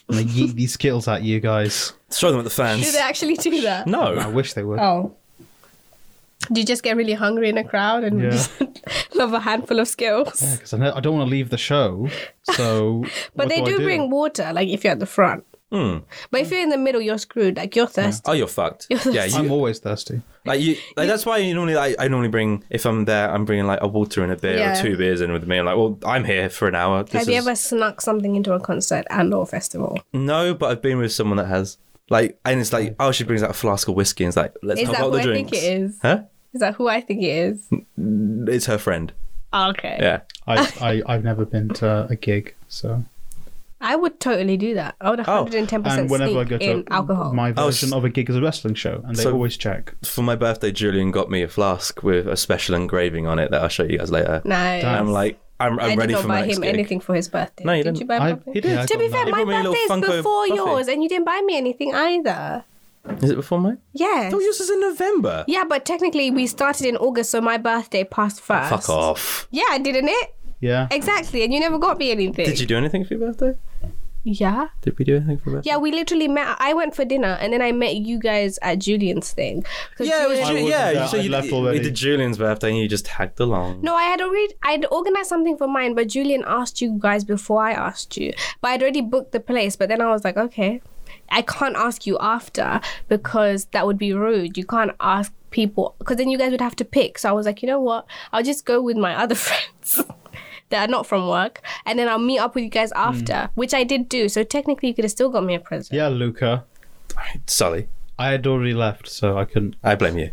[SPEAKER 1] and they yeet these Skittles at you guys.
[SPEAKER 2] Throw them at the fans.
[SPEAKER 3] Do they actually do that?
[SPEAKER 1] I
[SPEAKER 2] No.
[SPEAKER 1] wish they would.
[SPEAKER 3] Oh. Do you just get really hungry in a crowd and
[SPEAKER 1] Yeah.
[SPEAKER 3] just (laughs) love a handful of skills?
[SPEAKER 1] Because I, know- I don't want to leave the show.
[SPEAKER 2] (laughs)
[SPEAKER 1] So.
[SPEAKER 3] But
[SPEAKER 1] what
[SPEAKER 3] they
[SPEAKER 1] I
[SPEAKER 3] do, bring water, like if you're at the front.
[SPEAKER 2] Hmm.
[SPEAKER 3] But if you're in the middle, you're screwed. Like (laughs) you're thirsty.
[SPEAKER 2] Oh, you're fucked. Yeah,
[SPEAKER 1] I'm
[SPEAKER 2] you,
[SPEAKER 1] always thirsty.
[SPEAKER 2] like you. Like, that's why you normally. Like, I normally bring if I'm there. I'm bringing like a water and a beer
[SPEAKER 3] Yeah.
[SPEAKER 2] or two beers in with me. I'm like, well, I'm here for an hour. This
[SPEAKER 3] Have you
[SPEAKER 2] is-
[SPEAKER 3] ever snuck something into a concert and or festival?
[SPEAKER 2] No, but I've been with someone that has. Like, and it's like, oh, she brings out a flask of whiskey and it's like, let's
[SPEAKER 3] Is
[SPEAKER 2] top
[SPEAKER 3] that
[SPEAKER 2] up
[SPEAKER 3] who
[SPEAKER 2] the
[SPEAKER 3] I
[SPEAKER 2] drinks.
[SPEAKER 3] think it is?
[SPEAKER 2] Huh?
[SPEAKER 3] Is that who I think it is?
[SPEAKER 2] It's her friend.
[SPEAKER 3] Oh, okay.
[SPEAKER 2] Yeah.
[SPEAKER 1] I, I, I've never been to a gig. So.
[SPEAKER 3] I would totally do that. I would 110%
[SPEAKER 1] And whenever I
[SPEAKER 3] sneak
[SPEAKER 1] go to
[SPEAKER 3] in alcohol.
[SPEAKER 1] my
[SPEAKER 2] Oh, s-
[SPEAKER 1] version of a gig is a wrestling show, and they
[SPEAKER 2] So-
[SPEAKER 1] always check.
[SPEAKER 2] For my birthday, Julian got me a flask with a special engraving on it that I'll show you guys later.
[SPEAKER 3] no.
[SPEAKER 2] And I'm like, I'm,
[SPEAKER 3] I
[SPEAKER 2] I'm
[SPEAKER 3] did
[SPEAKER 2] ready
[SPEAKER 3] not
[SPEAKER 2] for my
[SPEAKER 3] buy
[SPEAKER 2] next
[SPEAKER 3] him
[SPEAKER 2] gig.
[SPEAKER 3] anything for his birthday.
[SPEAKER 2] No, you
[SPEAKER 3] did
[SPEAKER 2] didn't.
[SPEAKER 3] you buy him
[SPEAKER 1] I,
[SPEAKER 3] something?
[SPEAKER 1] he did.
[SPEAKER 3] To be fair,
[SPEAKER 2] He
[SPEAKER 3] my
[SPEAKER 2] bought me a little
[SPEAKER 3] birthday is
[SPEAKER 2] Funko
[SPEAKER 3] before
[SPEAKER 2] Puffy.
[SPEAKER 3] yours, and you didn't buy me anything either.
[SPEAKER 2] Is it before mine?
[SPEAKER 3] Yes.
[SPEAKER 2] Oh, yours is in November.
[SPEAKER 3] Yeah, but technically we started in August, so my birthday passed first.
[SPEAKER 2] Fuck off.
[SPEAKER 3] Yeah, didn't it?
[SPEAKER 1] yeah.
[SPEAKER 3] Exactly, and you never got me anything.
[SPEAKER 2] Did you do anything for your birthday?
[SPEAKER 3] Yeah.
[SPEAKER 2] Did we do anything for your birthday?
[SPEAKER 3] Yeah, we literally met. I went for dinner, and then I met you guys at Julian's thing. 'Cause
[SPEAKER 2] Yeah, it was
[SPEAKER 3] Julian-
[SPEAKER 1] I
[SPEAKER 2] Ju-
[SPEAKER 1] wasn't
[SPEAKER 2] yeah.
[SPEAKER 1] there,
[SPEAKER 2] so
[SPEAKER 1] I
[SPEAKER 2] you
[SPEAKER 1] left
[SPEAKER 2] We
[SPEAKER 1] already.
[SPEAKER 2] did Julian's birthday and you just tagged along.
[SPEAKER 3] No, I had already I'd organized something for mine, but Julian asked you guys before I asked you. But I'd already booked the place, but then I was like, okay, I can't ask you after because that would be rude. You can't ask people because then you guys would have to pick. So I was like, you know what? I'll just go with my other (laughs) friends. That are not from work, and then I'll meet up with you guys after,
[SPEAKER 2] Mm.
[SPEAKER 3] which I did do. So technically, you could have still got me a present.
[SPEAKER 1] Yeah, Luca.
[SPEAKER 2] Sully,
[SPEAKER 1] I had already left, so I couldn't.
[SPEAKER 2] I blame you.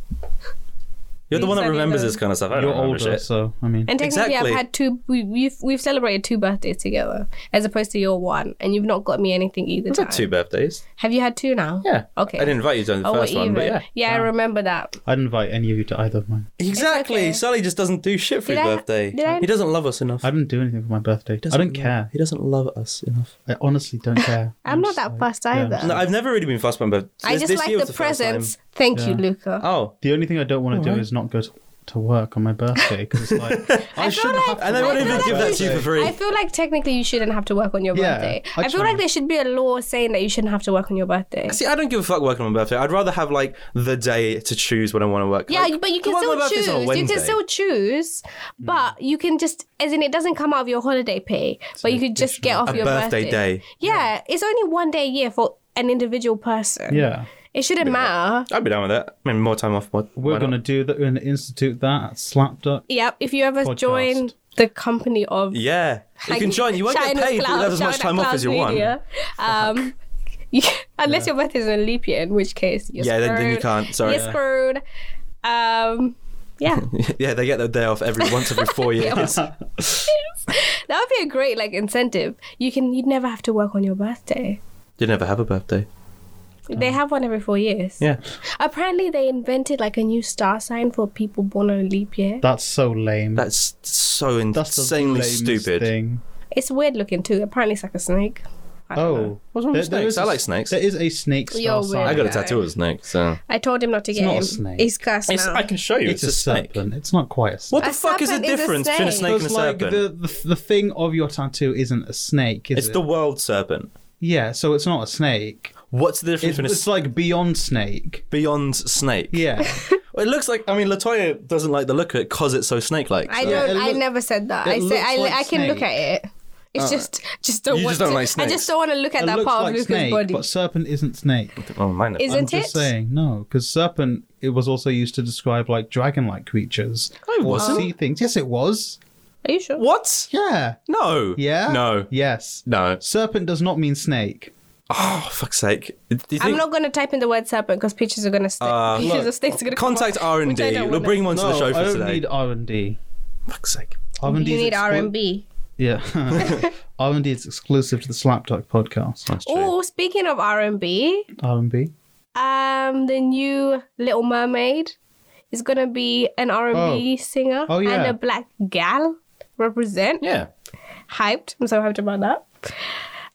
[SPEAKER 2] You're the one that
[SPEAKER 3] Exactly.
[SPEAKER 2] remembers this kind of stuff. I don't
[SPEAKER 1] You're
[SPEAKER 2] remember
[SPEAKER 1] older,
[SPEAKER 2] shit.
[SPEAKER 1] so I mean,
[SPEAKER 3] And technically,
[SPEAKER 2] Exactly.
[SPEAKER 3] I've had two. We, we've we've celebrated two birthdays together, as opposed to your one, and you've not got me anything either.
[SPEAKER 2] It's
[SPEAKER 3] time.
[SPEAKER 2] like two birthdays.
[SPEAKER 3] Have you had two now?
[SPEAKER 2] Yeah.
[SPEAKER 3] Okay.
[SPEAKER 2] I didn't invite you to the
[SPEAKER 3] Oh,
[SPEAKER 2] first one, but
[SPEAKER 3] even.
[SPEAKER 2] yeah.
[SPEAKER 3] I remember that.
[SPEAKER 1] I'd invite any of you to either of mine.
[SPEAKER 2] Exactly.
[SPEAKER 3] okay.
[SPEAKER 2] Sully just doesn't do shit for
[SPEAKER 3] Did
[SPEAKER 2] his
[SPEAKER 3] I-
[SPEAKER 2] birthday.
[SPEAKER 3] did I-
[SPEAKER 2] He doesn't love us enough.
[SPEAKER 1] I didn't do anything for my birthday. I
[SPEAKER 2] Doesn't
[SPEAKER 1] don't
[SPEAKER 2] love-
[SPEAKER 1] care.
[SPEAKER 2] He doesn't love us enough.
[SPEAKER 1] I honestly
[SPEAKER 3] (laughs)
[SPEAKER 1] don't care.
[SPEAKER 3] I'm not
[SPEAKER 1] just
[SPEAKER 3] that
[SPEAKER 1] like-
[SPEAKER 3] fussed
[SPEAKER 1] yeah.
[SPEAKER 3] either.
[SPEAKER 2] No, I've never really been fussed by my birthday.
[SPEAKER 3] I just like the presents. Thank you,
[SPEAKER 1] Yeah.
[SPEAKER 3] Luca.
[SPEAKER 2] Oh.
[SPEAKER 1] The only thing I don't want to do is not go to, to work on my birthday because it's like
[SPEAKER 3] (laughs)
[SPEAKER 1] I, shouldn't
[SPEAKER 3] like-
[SPEAKER 1] have. To
[SPEAKER 2] And they
[SPEAKER 1] work
[SPEAKER 2] won't
[SPEAKER 1] on
[SPEAKER 2] even
[SPEAKER 1] my
[SPEAKER 2] give that to you for
[SPEAKER 1] birthday.
[SPEAKER 2] free.
[SPEAKER 3] I feel like technically you shouldn't have to work on your
[SPEAKER 1] Yeah,
[SPEAKER 3] birthday.
[SPEAKER 1] I
[SPEAKER 3] I, feel
[SPEAKER 1] try.
[SPEAKER 3] like there should be a law saying that you shouldn't have to work on your birthday.
[SPEAKER 2] See, I don't give a fuck working on my birthday. I'd rather have like the day to choose when I want to work.
[SPEAKER 3] Yeah,
[SPEAKER 2] Like,
[SPEAKER 3] but you
[SPEAKER 2] the
[SPEAKER 3] can
[SPEAKER 2] one- my
[SPEAKER 3] still
[SPEAKER 2] birthday's on a
[SPEAKER 3] choose. You can
[SPEAKER 2] Wednesday. Hmm.
[SPEAKER 3] still choose, but you can just, as in, it doesn't come out of your holiday pay, but you could just get off
[SPEAKER 2] A
[SPEAKER 3] your
[SPEAKER 2] birthday
[SPEAKER 3] birthday,
[SPEAKER 2] day.
[SPEAKER 3] Yeah, it's only one day a year for an individual person.
[SPEAKER 1] Yeah,
[SPEAKER 3] it shouldn't matter.
[SPEAKER 2] I'd be down with that. I mean, more time off. What?
[SPEAKER 1] we're
[SPEAKER 2] why not?
[SPEAKER 1] gonna do that. We're gonna institute that slap duck.
[SPEAKER 3] Yep. If you ever
[SPEAKER 1] Podcast.
[SPEAKER 3] join the company of
[SPEAKER 2] Yeah, you
[SPEAKER 3] Like,
[SPEAKER 2] can join. You won't get
[SPEAKER 3] shine
[SPEAKER 2] paid,
[SPEAKER 3] at
[SPEAKER 2] but you'll
[SPEAKER 3] Cloud-
[SPEAKER 2] have as much
[SPEAKER 3] shine at
[SPEAKER 2] time off as you
[SPEAKER 3] Cloud
[SPEAKER 2] want. (laughs) Yeah,
[SPEAKER 3] Media. Um, (laughs) you- unless your birthday is on a leap year, in which case you're
[SPEAKER 2] Yeah,
[SPEAKER 3] screwed.
[SPEAKER 2] then- then you can't. Sorry.
[SPEAKER 3] You're
[SPEAKER 2] Yeah.
[SPEAKER 3] screwed. Um, yeah,
[SPEAKER 2] they get their day off every once every
[SPEAKER 3] (laughs)
[SPEAKER 2] four years.
[SPEAKER 3] that would be a great like incentive. You can you'd never have to work on your birthday.
[SPEAKER 2] you never have a birthday.
[SPEAKER 3] They
[SPEAKER 1] Mm.
[SPEAKER 3] have one every four years.
[SPEAKER 2] Yeah,
[SPEAKER 3] Apparently, they invented like a new star sign for people born on a leap year.
[SPEAKER 1] That's so lame.
[SPEAKER 2] that's so
[SPEAKER 1] That's the
[SPEAKER 2] insanely
[SPEAKER 1] lamest
[SPEAKER 2] stupid.
[SPEAKER 1] Thing.
[SPEAKER 3] It's weird looking too. Apparently, it's like a snake. I don't know.
[SPEAKER 1] Oh,
[SPEAKER 2] What's wrong with snakes?
[SPEAKER 1] is
[SPEAKER 2] I
[SPEAKER 1] a-
[SPEAKER 2] like snakes.
[SPEAKER 1] There is a snake star
[SPEAKER 3] You're
[SPEAKER 1] sign.
[SPEAKER 3] weird.
[SPEAKER 2] I got a
[SPEAKER 3] Okay.
[SPEAKER 2] tattoo of a snake, so
[SPEAKER 3] I told him not to get
[SPEAKER 1] not a
[SPEAKER 3] him.
[SPEAKER 1] snake.
[SPEAKER 3] He's cursed
[SPEAKER 2] It's-
[SPEAKER 3] now.
[SPEAKER 2] I can show you.
[SPEAKER 1] It's, a
[SPEAKER 2] snake.
[SPEAKER 1] serpent. It's not quite a snake.
[SPEAKER 2] What
[SPEAKER 3] A
[SPEAKER 2] the fuck is the
[SPEAKER 3] serpent is a
[SPEAKER 2] difference between a
[SPEAKER 3] snake.
[SPEAKER 2] snake and a
[SPEAKER 1] It's like
[SPEAKER 2] serpent?
[SPEAKER 1] the, the the thing of your tattoo isn't a snake, is
[SPEAKER 2] It's
[SPEAKER 1] it?
[SPEAKER 2] the world serpent.
[SPEAKER 1] yeah, so it's not a snake.
[SPEAKER 2] What's the difference
[SPEAKER 1] It's,
[SPEAKER 2] between a
[SPEAKER 1] it's like beyond snake.
[SPEAKER 2] beyond snake?
[SPEAKER 3] (laughs)
[SPEAKER 1] Yeah,
[SPEAKER 2] It looks like. I mean, Latoya doesn't like the look of it because it's so snake-like.
[SPEAKER 3] I
[SPEAKER 2] so-
[SPEAKER 1] Yeah,
[SPEAKER 3] don't.
[SPEAKER 1] it
[SPEAKER 3] I
[SPEAKER 1] look-
[SPEAKER 3] never said that.
[SPEAKER 1] it
[SPEAKER 3] I said
[SPEAKER 1] looks
[SPEAKER 3] I,
[SPEAKER 1] like
[SPEAKER 3] I can look at
[SPEAKER 1] snake. Oh.
[SPEAKER 3] it. It's just just don't
[SPEAKER 2] You
[SPEAKER 3] want
[SPEAKER 2] just don't
[SPEAKER 3] to.
[SPEAKER 2] like
[SPEAKER 3] I
[SPEAKER 2] snakes.
[SPEAKER 3] just don't want to look at
[SPEAKER 1] it
[SPEAKER 3] that
[SPEAKER 1] looks
[SPEAKER 3] part
[SPEAKER 1] like
[SPEAKER 3] of Luca's
[SPEAKER 1] snake,
[SPEAKER 3] body.
[SPEAKER 1] but serpent isn't snake.
[SPEAKER 2] Oh, mine is.
[SPEAKER 1] I'm
[SPEAKER 3] Isn't
[SPEAKER 1] just
[SPEAKER 3] it?
[SPEAKER 1] saying no, because serpent it was also used to describe like dragon-like creatures
[SPEAKER 2] No, Oh, it
[SPEAKER 1] or
[SPEAKER 2] wasn't.
[SPEAKER 1] sea things. Yes, it was.
[SPEAKER 3] Are you sure?
[SPEAKER 2] What?
[SPEAKER 1] Yeah,
[SPEAKER 2] No.
[SPEAKER 1] yeah,
[SPEAKER 2] No.
[SPEAKER 1] yes.
[SPEAKER 2] No.
[SPEAKER 1] Serpent does not mean snake.
[SPEAKER 2] Oh, fuck's sake. Do you think-
[SPEAKER 3] I'm not gonna type in the word serpent because pictures are gonna stick.
[SPEAKER 2] Uh,
[SPEAKER 3] (laughs) pictures
[SPEAKER 2] look,
[SPEAKER 3] of snakes are gonna come
[SPEAKER 2] Contact
[SPEAKER 3] up,
[SPEAKER 2] R and
[SPEAKER 3] which I
[SPEAKER 2] D.
[SPEAKER 3] don't
[SPEAKER 2] We'll
[SPEAKER 3] wanna-
[SPEAKER 2] bring him onto
[SPEAKER 1] No,
[SPEAKER 2] the show
[SPEAKER 1] I
[SPEAKER 2] for
[SPEAKER 1] don't
[SPEAKER 2] today.
[SPEAKER 1] need R and D.
[SPEAKER 2] Fuck's sake.
[SPEAKER 1] R and D.
[SPEAKER 3] You need R and B.
[SPEAKER 1] Yeah, (laughs) R and D is exclusive to the Slapduck podcast.
[SPEAKER 2] That's true.
[SPEAKER 3] Oh, speaking of R and B,
[SPEAKER 1] R and B.
[SPEAKER 3] um, the new Little Mermaid is gonna be an R and B singer
[SPEAKER 1] Oh, yeah.
[SPEAKER 3] and a black gal. Represent
[SPEAKER 2] Yeah.
[SPEAKER 3] hyped. I'm so hyped about that.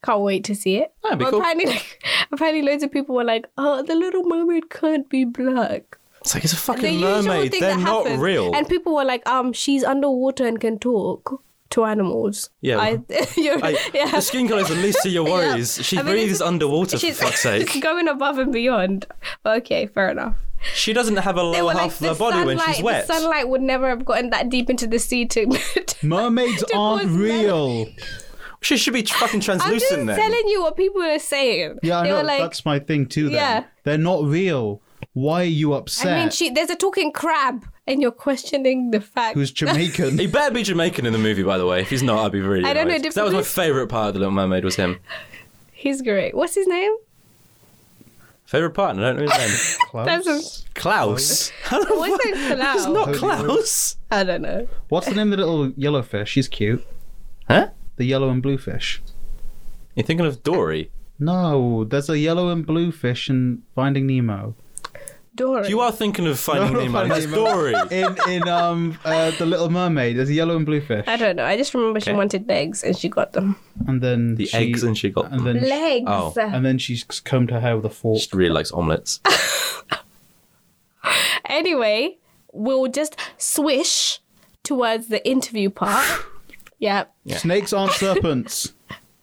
[SPEAKER 3] Can't wait to see it.
[SPEAKER 2] That'd be
[SPEAKER 3] But (laughs)
[SPEAKER 2] cool.
[SPEAKER 3] Apparently, like, apparently, loads of people were like, "Oh, the Little Mermaid can't be black."
[SPEAKER 2] It's like it's a
[SPEAKER 3] The
[SPEAKER 2] fucking
[SPEAKER 3] usual
[SPEAKER 2] mermaid.
[SPEAKER 3] thing
[SPEAKER 2] They're
[SPEAKER 3] that
[SPEAKER 2] not
[SPEAKER 3] happens.
[SPEAKER 2] real.
[SPEAKER 3] And people were like, um, she's underwater and can talk to animals.
[SPEAKER 2] Yeah.
[SPEAKER 3] I, (laughs) you're,
[SPEAKER 2] Like,
[SPEAKER 3] (laughs) yeah.
[SPEAKER 2] The skin colour is the least of your worries.
[SPEAKER 3] (laughs) Yeah.
[SPEAKER 2] She
[SPEAKER 3] I mean,
[SPEAKER 2] breathes
[SPEAKER 3] it's-
[SPEAKER 2] underwater, for
[SPEAKER 3] (laughs)
[SPEAKER 2] fuck's sake.
[SPEAKER 3] going above and beyond. Okay, fair enough.
[SPEAKER 2] She doesn't have a
[SPEAKER 3] They
[SPEAKER 2] lower
[SPEAKER 3] were
[SPEAKER 2] half
[SPEAKER 3] like
[SPEAKER 2] of
[SPEAKER 3] the
[SPEAKER 2] her body when she's
[SPEAKER 3] sunlight-
[SPEAKER 2] wet.
[SPEAKER 3] The sunlight would never have gotten that deep into the sea to. (laughs) to- (laughs)
[SPEAKER 1] Mermaids
[SPEAKER 3] to
[SPEAKER 1] aren't
[SPEAKER 3] cause mer- (laughs)
[SPEAKER 1] real.
[SPEAKER 2] She should be fucking
[SPEAKER 3] I'm just
[SPEAKER 2] translucent then.
[SPEAKER 3] telling you what people are saying.
[SPEAKER 1] Yeah, I
[SPEAKER 3] they
[SPEAKER 1] know.
[SPEAKER 3] were like,
[SPEAKER 1] that's my thing too. Then.
[SPEAKER 3] Yeah.
[SPEAKER 1] they're not real. Why are you upset?
[SPEAKER 3] I mean, she, there's a talking crab, and you're questioning the fact.
[SPEAKER 1] Who's Jamaican?
[SPEAKER 2] He (laughs) better be Jamaican in the movie, by the way. If he's not, I'd be really.
[SPEAKER 3] I don't know,
[SPEAKER 2] annoyed.
[SPEAKER 3] did
[SPEAKER 2] That was my
[SPEAKER 3] police-
[SPEAKER 2] favorite part of the Little Mermaid was him.
[SPEAKER 3] He's great. What's his name?
[SPEAKER 2] Favorite part. I don't know his (laughs) name.
[SPEAKER 1] Klaus?
[SPEAKER 2] (laughs) Klaus.
[SPEAKER 3] What's his
[SPEAKER 2] It's not
[SPEAKER 1] Holy Road.
[SPEAKER 2] Klaus.
[SPEAKER 3] I don't know.
[SPEAKER 1] What's the name of the little yellow fish? He's cute.
[SPEAKER 2] Huh?
[SPEAKER 1] The yellow and blue fish.
[SPEAKER 2] You're thinking of Dory.
[SPEAKER 1] No, there's a yellow and blue fish in Finding Nemo.
[SPEAKER 3] Dory.
[SPEAKER 2] You are thinking of
[SPEAKER 1] No,
[SPEAKER 2] Finding
[SPEAKER 1] not
[SPEAKER 2] Nemo.
[SPEAKER 1] Finding
[SPEAKER 2] That's
[SPEAKER 1] Nemo.
[SPEAKER 2] Dory.
[SPEAKER 1] In in um uh, the Little Mermaid, there's a yellow and blue fish,
[SPEAKER 3] I don't know. I just remember she
[SPEAKER 2] Okay.
[SPEAKER 3] wanted legs, and she got them.
[SPEAKER 1] and then
[SPEAKER 2] The
[SPEAKER 1] she,
[SPEAKER 2] eggs and she got
[SPEAKER 1] and
[SPEAKER 2] them.
[SPEAKER 1] then she-
[SPEAKER 3] Legs.
[SPEAKER 2] Oh.
[SPEAKER 1] and then she's combed her hair with a fork.
[SPEAKER 2] (laughs) She really likes omelets.
[SPEAKER 3] Anyway, we'll just swish towards the interview part.
[SPEAKER 2] (sighs)
[SPEAKER 3] yep.
[SPEAKER 1] Snakes aren't
[SPEAKER 3] (laughs)
[SPEAKER 1] serpents.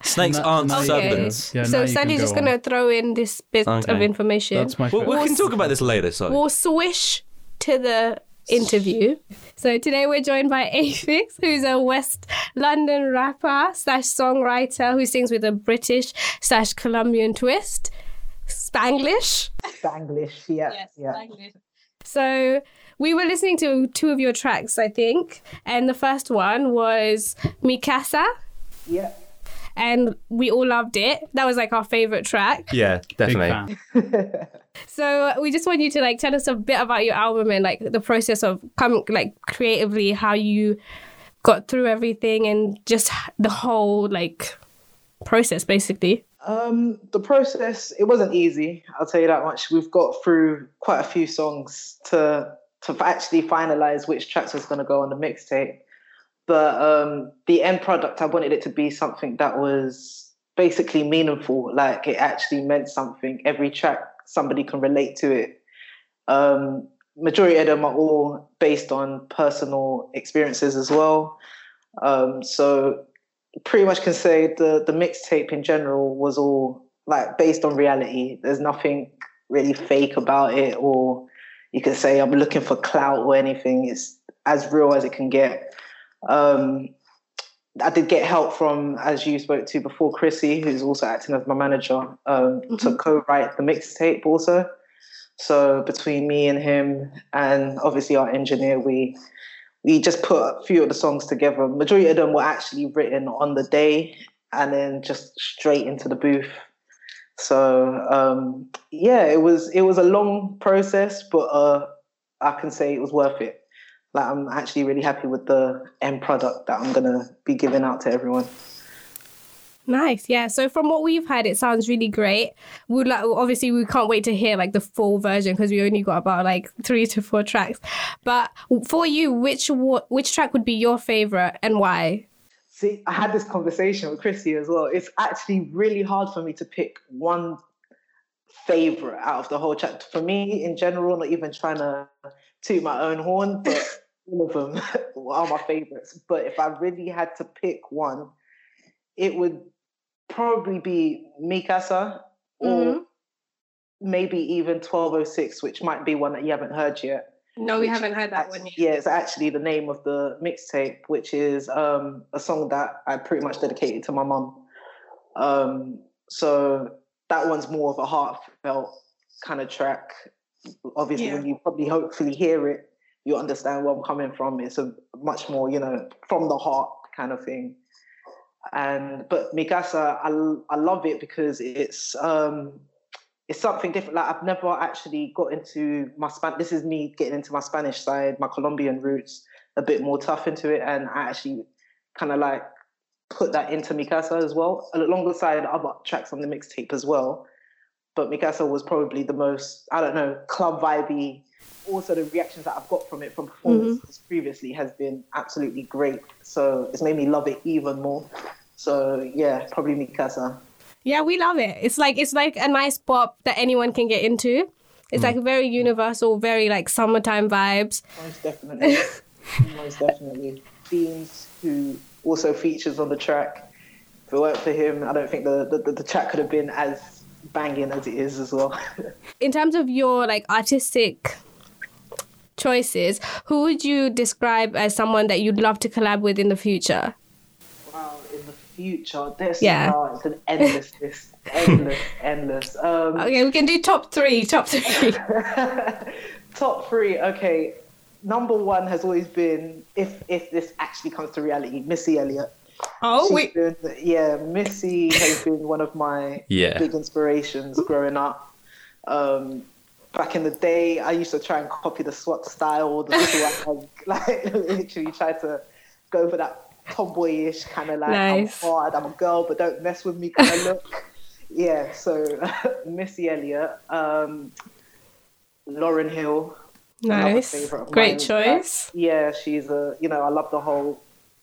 [SPEAKER 2] Snakes
[SPEAKER 1] No-
[SPEAKER 2] aren't
[SPEAKER 1] no, yeah.
[SPEAKER 2] serpents.
[SPEAKER 1] Yeah, now
[SPEAKER 3] so
[SPEAKER 1] you can
[SPEAKER 3] Sandy's
[SPEAKER 1] go
[SPEAKER 3] just
[SPEAKER 1] on.
[SPEAKER 3] going to throw in this bit of
[SPEAKER 2] Okay.
[SPEAKER 3] information.
[SPEAKER 1] That's my.
[SPEAKER 2] Well,
[SPEAKER 1] favorite.
[SPEAKER 2] we can talk about this later. Sorry.
[SPEAKER 3] We'll swish to the interview. So today we're joined by (laughs) Afix, who's a West London rapper slash songwriter who sings with a British slash Colombian twist, Spanglish.
[SPEAKER 4] Spanglish, yeah. yeah.
[SPEAKER 3] So we were listening to two of your tracks, I think, and the first one was Mikasa,
[SPEAKER 4] yeah.
[SPEAKER 3] and we all loved it. That was like our favorite track.
[SPEAKER 2] yeah,
[SPEAKER 1] Big
[SPEAKER 2] definitely.
[SPEAKER 1] fan.
[SPEAKER 3] So we just want you to like tell us a bit about your album and like the process of coming like creatively how you got through everything and just the whole like process basically.
[SPEAKER 4] Um, the process it wasn't easy. I'll tell you that much. We've got through quite a few songs to to actually finalize which tracks was going to go on the mixtape. But um, the end product, I wanted it to be something that was basically meaningful. Like it actually meant something. Every track, somebody can relate to it. Um, majority of them are all based on personal experiences as well. Um, so pretty much can say the the mixtape in general was all like based on reality. There's nothing really fake about it, or you can say I'm looking for clout or anything. It's as real as it can get. Um, I did get help from, as you spoke to before, Chrissy, who's also acting as my manager, um, to co-write the mixtape also. So between me and him, and obviously our engineer, we we just put a few of the songs together. Majority of them were actually written on the day and then just straight into the booth. So um, yeah, it was it was a long process, but uh, I can say it was worth it. Like I'm actually really happy with the end product that I'm gonna be giving out to everyone.
[SPEAKER 3] Nice, yeah. So from what we've had, it sounds really great. We would like obviously we can't wait to hear like the full version because we only got about like three to four tracks. But for you, which wa- which track would be your favorite and why?
[SPEAKER 4] See, I had this conversation with Chrissy as well. It's actually really hard for me to pick one favorite out of the whole track. For me, in general, not even trying to toot my own horn, but all of them (laughs) are my favorites. But if I really had to pick one, it would probably be Mikasa or
[SPEAKER 3] Mhm.
[SPEAKER 4] maybe even 1206, which might be one that you haven't heard yet.
[SPEAKER 3] No,
[SPEAKER 4] we haven't
[SPEAKER 3] heard
[SPEAKER 4] Yeah, it's actually the name of the mixtape, which is um, a song that I pretty much dedicated to my mum. Um, so that one's more of a heartfelt kind of track. Obviously, when you probably hopefully hear it, you understand where I'm coming from. It's a much more, you know, from the heart kind of thing. And but Mikasa, I, l- I love it because it's um, it's something different. Like I've never actually got into my span. This is me getting into my Spanish side, my Colombian roots, a bit more tough into it, and I actually kind of like put that into Mikasa as well, alongside other tracks on the mixtape as well. But Mikasa was probably the most I don't know club vibey. Also, the reactions that I've got from it from performances previously has been absolutely great. So it's made me love it even more. So yeah, probably Mikasa.
[SPEAKER 3] Yeah, we love it. It's like it's like a nice pop that anyone can get into. It's like very universal, very like summertime vibes.
[SPEAKER 4] Most definitely. (laughs) Most definitely. Beans, who also features on the track. If it weren't for him, I don't think the, the, the track could have been as banging as it is as well. (laughs)
[SPEAKER 3] In terms of your like artistic choices, who would you describe as someone that you'd love to collab with in the future?
[SPEAKER 4] wow, in the future, there's
[SPEAKER 3] Yeah.
[SPEAKER 4] yeah. it's an endless (laughs) list. Endless, endless. Um,
[SPEAKER 3] Okay, we can do top three. Top three.
[SPEAKER 4] (laughs) top three, okay. Number one has always been, if if this actually comes to reality, Missy Elliott.
[SPEAKER 3] (laughs) Oh,
[SPEAKER 4] She's
[SPEAKER 3] we
[SPEAKER 4] been- yeah, Missy has been one of my
[SPEAKER 2] Yeah.
[SPEAKER 4] big inspirations growing up. Um, back in the day, I used to try and copy the SWAT
[SPEAKER 3] (laughs)
[SPEAKER 4] style, the little like, (laughs) like literally try to go for that tomboyish kind of like
[SPEAKER 3] Nice.
[SPEAKER 4] I'm hard, I'm a girl, but don't mess with me kind
[SPEAKER 3] (laughs)
[SPEAKER 4] of look. yeah, so (laughs) Missy Elliott, um, Lauren Hill, another
[SPEAKER 3] nice.
[SPEAKER 4] favourite of
[SPEAKER 3] Great
[SPEAKER 4] mine.
[SPEAKER 3] choice.
[SPEAKER 4] Yeah, she's a you know I love the whole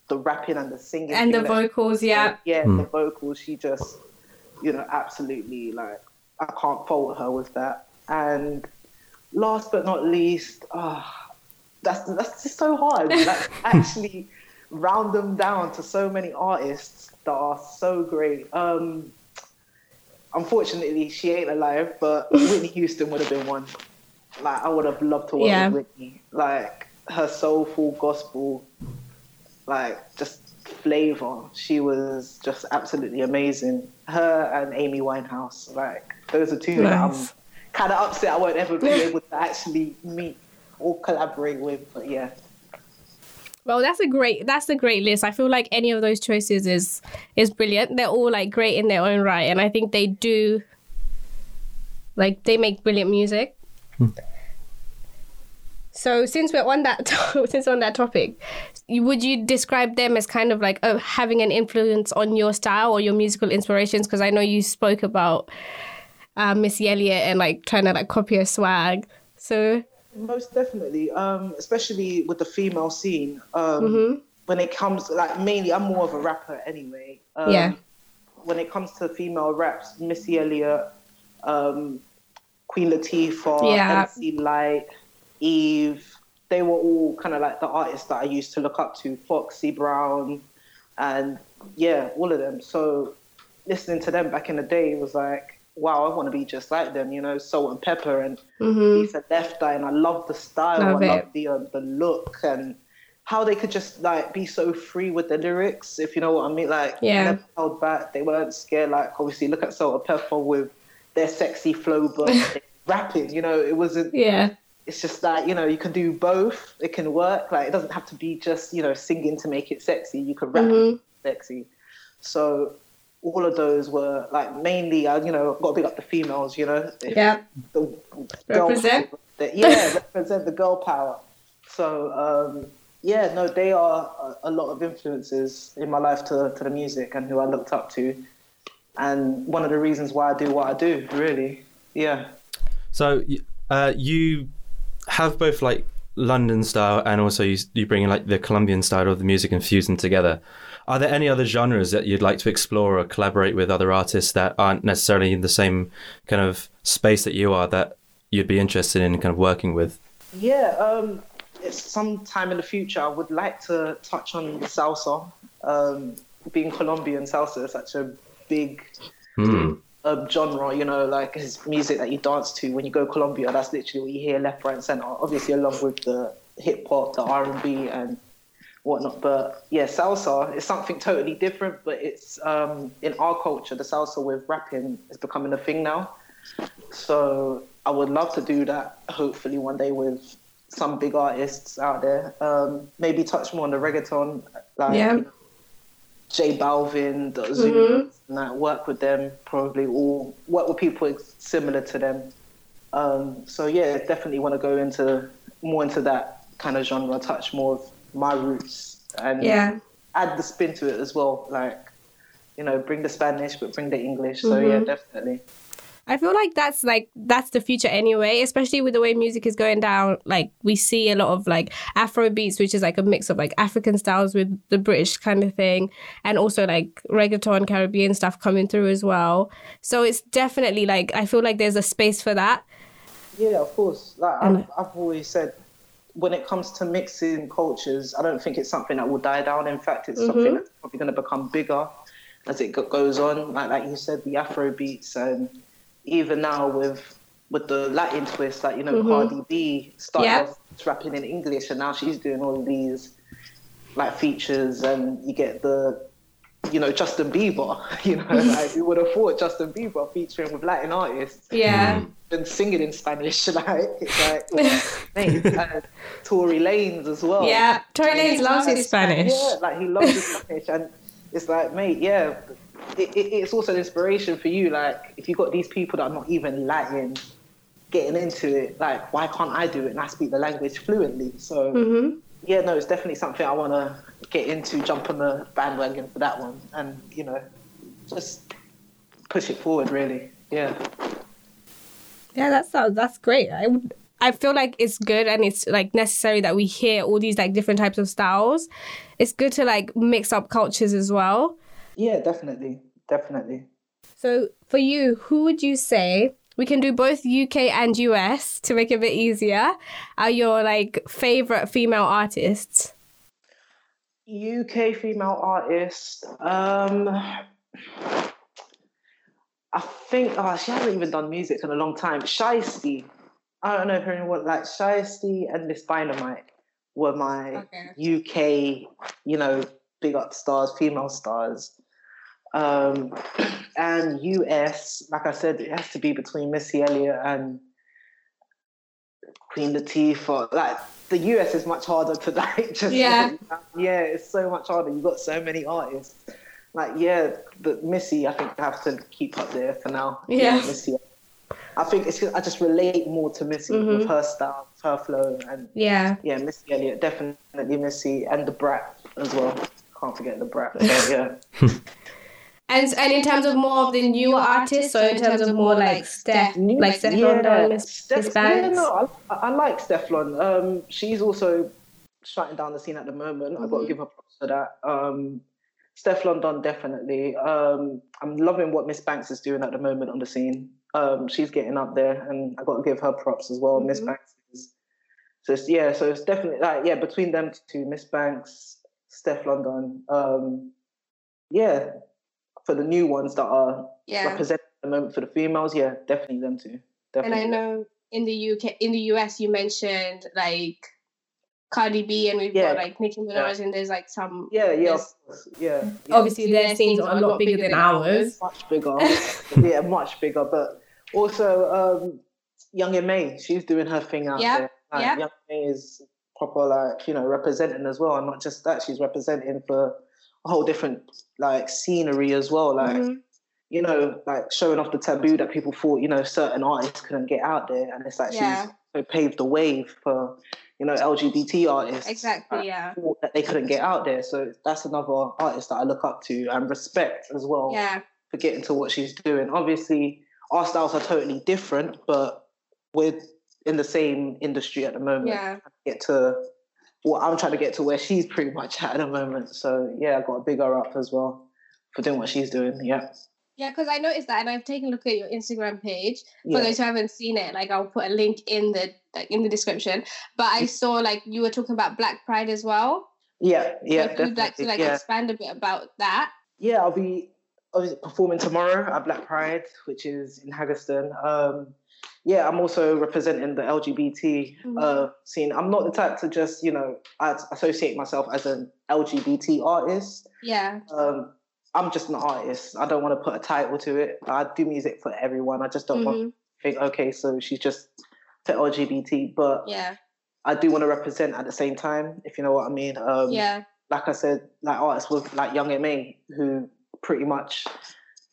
[SPEAKER 4] the rapping and the singing
[SPEAKER 3] And the
[SPEAKER 4] thing that-
[SPEAKER 3] vocals, yeah.
[SPEAKER 4] yeah, the vocals. She just, you know, absolutely like I can't fault her with that. And last but not least, ah, that's that's just so hard. Like
[SPEAKER 3] (laughs)
[SPEAKER 4] actually, round them down to so many artists that are so great. Um, unfortunately, she ain't alive,
[SPEAKER 3] (laughs)
[SPEAKER 4] but Whitney Houston would have been one. Like I would have loved to work
[SPEAKER 3] Yeah.
[SPEAKER 4] with Whitney. Like her soulful gospel like just flavor. She was just absolutely amazing. Her and Amy Winehouse, like those are two that I'm
[SPEAKER 3] Nice.
[SPEAKER 4] kind of upset I won't ever be able to actually meet or collaborate with. But yeah,
[SPEAKER 3] Well, that's a great that's a great list. I feel like any of those choices is is brilliant. They're all like great in their own right, and I think they do like they make brilliant music. So since we're on that (laughs) to- since we're on that topic, you- would you describe them as kind of like uh, having an influence on your style or your musical inspirations? Because I know you spoke about uh, Missy Elliott and like trying to like copy her swag. So
[SPEAKER 4] most definitely. Um, especially with the female scene. Um,
[SPEAKER 3] Mm-hmm.
[SPEAKER 4] When it comes, like mainly, I'm more of a rapper anyway. Um,
[SPEAKER 3] yeah,
[SPEAKER 4] When it comes to female raps, Missy Elliott, um, Queen Latifah,
[SPEAKER 3] Yeah.
[SPEAKER 4] MC Light, Eve. They were all kind of like the artists that I used to look up to, Foxy Brown, and yeah, all of them. So listening to them back in the day was like, wow, I want to be just like them, you know, Salt and Pepper and Lisa Left Eye, and I love the style,
[SPEAKER 3] Mm-hmm. Love
[SPEAKER 4] I
[SPEAKER 3] it.
[SPEAKER 4] love the um, the look and how they could just like be so free with the lyrics, if you know what I mean. Like,
[SPEAKER 3] Yeah.
[SPEAKER 4] never held back. They weren't scared. Like, obviously, look at Salt and Pepper with their sexy flow,
[SPEAKER 3] (laughs)
[SPEAKER 4] but rapping. You know, it wasn't.
[SPEAKER 3] yeah,
[SPEAKER 4] It's just that you know you can do both. It can work. Like, it doesn't have to be just you know singing to make it sexy. You can rap
[SPEAKER 3] Mhm.
[SPEAKER 4] sexy. So. All of those were like mainly, uh, you know, got to big up the females, you know. If
[SPEAKER 3] yeah.
[SPEAKER 4] the girl
[SPEAKER 3] Represent.
[SPEAKER 4] power that- yeah, represent the girl power. So um, yeah, no, they are a, a lot of influences in my life to, to the music and who I looked up to, and one of the reasons why I do what I do, really. Yeah,
[SPEAKER 2] So y- uh, you have both like London style and also you, you bring in like the Colombian style of the music and fuse them together. Are there any other genres that you'd like to explore or collaborate with other artists that aren't necessarily in the same kind of space that you are that you'd be interested in kind of working with?
[SPEAKER 4] yeah. Um, it's sometime in the future, I would like to touch on salsa. Um, being Colombian, salsa is such a big
[SPEAKER 2] Hmm.
[SPEAKER 4] um, genre, you know, like his music that you dance to when you go to Colombia. That's literally what you hear left, right, and center. Obviously, along with the hip hop, the R and B, and whatnot. But yeah, salsa is something totally different. But it's um, in our culture, the salsa with rapping is becoming a thing now. So I would love to do that. Hopefully, one day with some big artists out there. Um, maybe touch more on the reggaeton, like
[SPEAKER 3] Yeah.
[SPEAKER 4] J Balvin, the Zoo, and that work with them, probably all work with people ex- similar to them. Um, so yeah, definitely want to go into more into that kind of genre, touch more of my roots, and
[SPEAKER 3] Yeah.
[SPEAKER 4] add the spin to it as well. Like, you know, bring the Spanish, but bring the English. So yeah, definitely.
[SPEAKER 3] I feel like that's like that's the future anyway, especially with the way music is going down. Like we see a lot of like Afro beats, which is like a mix of like African styles with the British kind of thing, and also like reggaeton, Caribbean stuff coming through as well. So it's definitely like I feel like there's a space for that.
[SPEAKER 4] Yeah, of course. Like
[SPEAKER 3] And-
[SPEAKER 4] I've, I've always said, when it comes to mixing cultures, I don't think it's something that will die down. In fact, it's
[SPEAKER 3] Mm-hmm.
[SPEAKER 4] something that's probably going to become bigger as it go- goes on. Like like you said, the Afro beats, and even now with with the Latin twist, like you know, Cardi B started
[SPEAKER 3] Mm-hmm. Yeah.
[SPEAKER 4] off rapping in English, and now she's doing all these like features, and you get the you know Justin Bieber. (laughs) You know,
[SPEAKER 3] (laughs)
[SPEAKER 4] like who would have thought Justin Bieber featuring with Latin artists?
[SPEAKER 3] Yeah.
[SPEAKER 4] and singing in Spanish, (laughs) like
[SPEAKER 3] (laughs)
[SPEAKER 4] it's like mate, uh, Tory Lanes as well.
[SPEAKER 3] yeah. Tory Lanez loves his Spanish.
[SPEAKER 4] yeah, like he loves
[SPEAKER 3] (laughs)
[SPEAKER 4] his Spanish, and it's like, mate, yeah, it, it, it's also an inspiration for you. Like, if you got these people that are not even Latin getting into it, like, why can't I do it? And I speak the language fluently, so.
[SPEAKER 3] Mm-hmm.
[SPEAKER 4] Yeah, no, it's definitely something I want to get into, jump on the bandwagon for that one, and you know, just push it forward, really. Yeah.
[SPEAKER 3] Yeah, that sounds that's great. I would I feel like it's good and it's like necessary that we hear all these like different types of styles. It's good to like mix up cultures as well.
[SPEAKER 4] Yeah, definitely, definitely.
[SPEAKER 3] So for you, who would you say we can do both UK and US to make it a bit easier? Are your like favorite female artists?
[SPEAKER 4] UK female artist. Um, I think oh, she hasn't even done music in a long time. Shiesty. I don't know if anyone like Shiesty and Miss Dynamite were my UK, you know, big up stars, female stars. Um, (clears throat) and US, like I said, it has to be between Missy Elliott and Queen Latifah. Like the US is much harder to (laughs) like just
[SPEAKER 3] Yeah.
[SPEAKER 4] yeah, it's so much harder. You've got so many artists. Like, yeah, but Missy, I think I have to keep up there for now.
[SPEAKER 3] Yeah.
[SPEAKER 4] Missy. I think it's just, I just relate more to Missy
[SPEAKER 3] Mm-hmm.
[SPEAKER 4] with her style, her flow, and
[SPEAKER 3] Yeah.
[SPEAKER 4] yeah, Missy Elliott, definitely Missy, and the brat as well. Can't forget the brat. So, yeah.
[SPEAKER 3] And and in terms of more of the newer artists, so in terms of more like Steph,
[SPEAKER 4] New-
[SPEAKER 3] like Steph London, Miss
[SPEAKER 4] Steph-
[SPEAKER 3] Miss
[SPEAKER 4] Yeah,
[SPEAKER 3] Banks.
[SPEAKER 4] no, I, I like Steflon. Um, she's also shutting down the scene at the moment. I've got
[SPEAKER 3] Mm-hmm.
[SPEAKER 4] to give her props for that. Um, Steph London, definitely. Um, I'm loving what Miss Banks is doing at the moment on the scene. Um, she's getting up there, and I've got to give her props as well.
[SPEAKER 3] Mm-hmm.
[SPEAKER 4] Miss Banks is so it's, yeah, so it's definitely like yeah, between them two, Miss Banks, Steph London, um, yeah, for the new ones that are represented at the moment for the females, yeah, definitely them two.
[SPEAKER 3] And
[SPEAKER 4] Definitely.
[SPEAKER 3] I know in the UK, in the US, you mentioned like Cardi B, and we've
[SPEAKER 4] Yeah.
[SPEAKER 3] got like Nicki Minaj, and there's like some.
[SPEAKER 4] Yeah, yeah,
[SPEAKER 3] Yes.
[SPEAKER 4] of course, yeah.
[SPEAKER 3] (laughs)
[SPEAKER 4] yeah.
[SPEAKER 3] Obviously, their scenes are a lot bigger than ours.
[SPEAKER 4] much bigger. (laughs) yeah, much bigger. But also, um, Young and May, she's doing her thing out
[SPEAKER 3] Yeah,
[SPEAKER 4] there. Like,
[SPEAKER 3] yeah.
[SPEAKER 4] Young May is proper, like you know, representing as well, and not just that. She's representing for a whole different like scenery as well. Like
[SPEAKER 3] Mhm.
[SPEAKER 4] you know, like showing off the taboo that people thought you know certain artists couldn't get out there, and it's like
[SPEAKER 3] Yeah.
[SPEAKER 4] she's so paved the way for you know LGBT artists.
[SPEAKER 3] (laughs)
[SPEAKER 4] Like,
[SPEAKER 3] Exactly. Yeah.
[SPEAKER 4] thought that they couldn't get out there. So that's another artist that I look up to and respect as well
[SPEAKER 3] Yeah.
[SPEAKER 4] for getting to what she's doing. Obviously, our styles are totally different, but we're in the same industry at the moment.
[SPEAKER 3] Yeah.
[SPEAKER 4] Get to well, I'm trying to get to where she's pretty much (laughs) at, at the moment. So yeah, I got to big her up as well for doing what she's doing. Yeah.
[SPEAKER 3] Yeah, because I noticed that, and I've taken a look at your Instagram page.
[SPEAKER 4] Yeah.
[SPEAKER 3] For those who haven't seen it, like I'll put a link in the like in the description. But I saw like you were talking about Black Pride as well.
[SPEAKER 4] yeah, yeah,
[SPEAKER 3] So if you'd like to
[SPEAKER 4] definitely,
[SPEAKER 3] like
[SPEAKER 4] yeah.
[SPEAKER 3] expand a bit about that.
[SPEAKER 4] yeah, I'll be obviously performing tomorrow at Black Pride, which is in Haggerston. Um, yeah, I'm also representing the LGBT
[SPEAKER 3] Mm-hmm.
[SPEAKER 4] uh, scene. I'm not the type to just, you know, as- associate myself as an LGBT artist.
[SPEAKER 3] Yeah.
[SPEAKER 4] Um, I'm just an artist. I don't want to put a title to it. I do music for everyone. I just don't want
[SPEAKER 3] Mhm.
[SPEAKER 4] to think, okay, so she's just for LGBT. But
[SPEAKER 3] Yeah.
[SPEAKER 4] I do want to represent at the same time, if you know what I mean. Um,
[SPEAKER 3] Yeah.
[SPEAKER 4] like I said, like artists with like Young and Me, who pretty much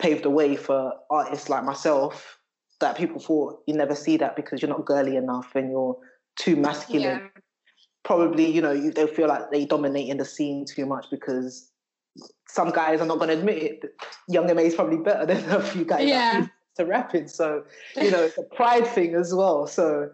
[SPEAKER 4] paved the way for artists like myself that people thought you never see that because you're not girly enough and you're too masculine.
[SPEAKER 3] Yeah.
[SPEAKER 4] Probably, you know, you, they feel like they dominate in the scene too much because some guys are not going to admit it. but Young and Me is probably better (laughs) than a few guys
[SPEAKER 3] Yeah.
[SPEAKER 4] that to rapping. So you know, it's a pride thing as well. So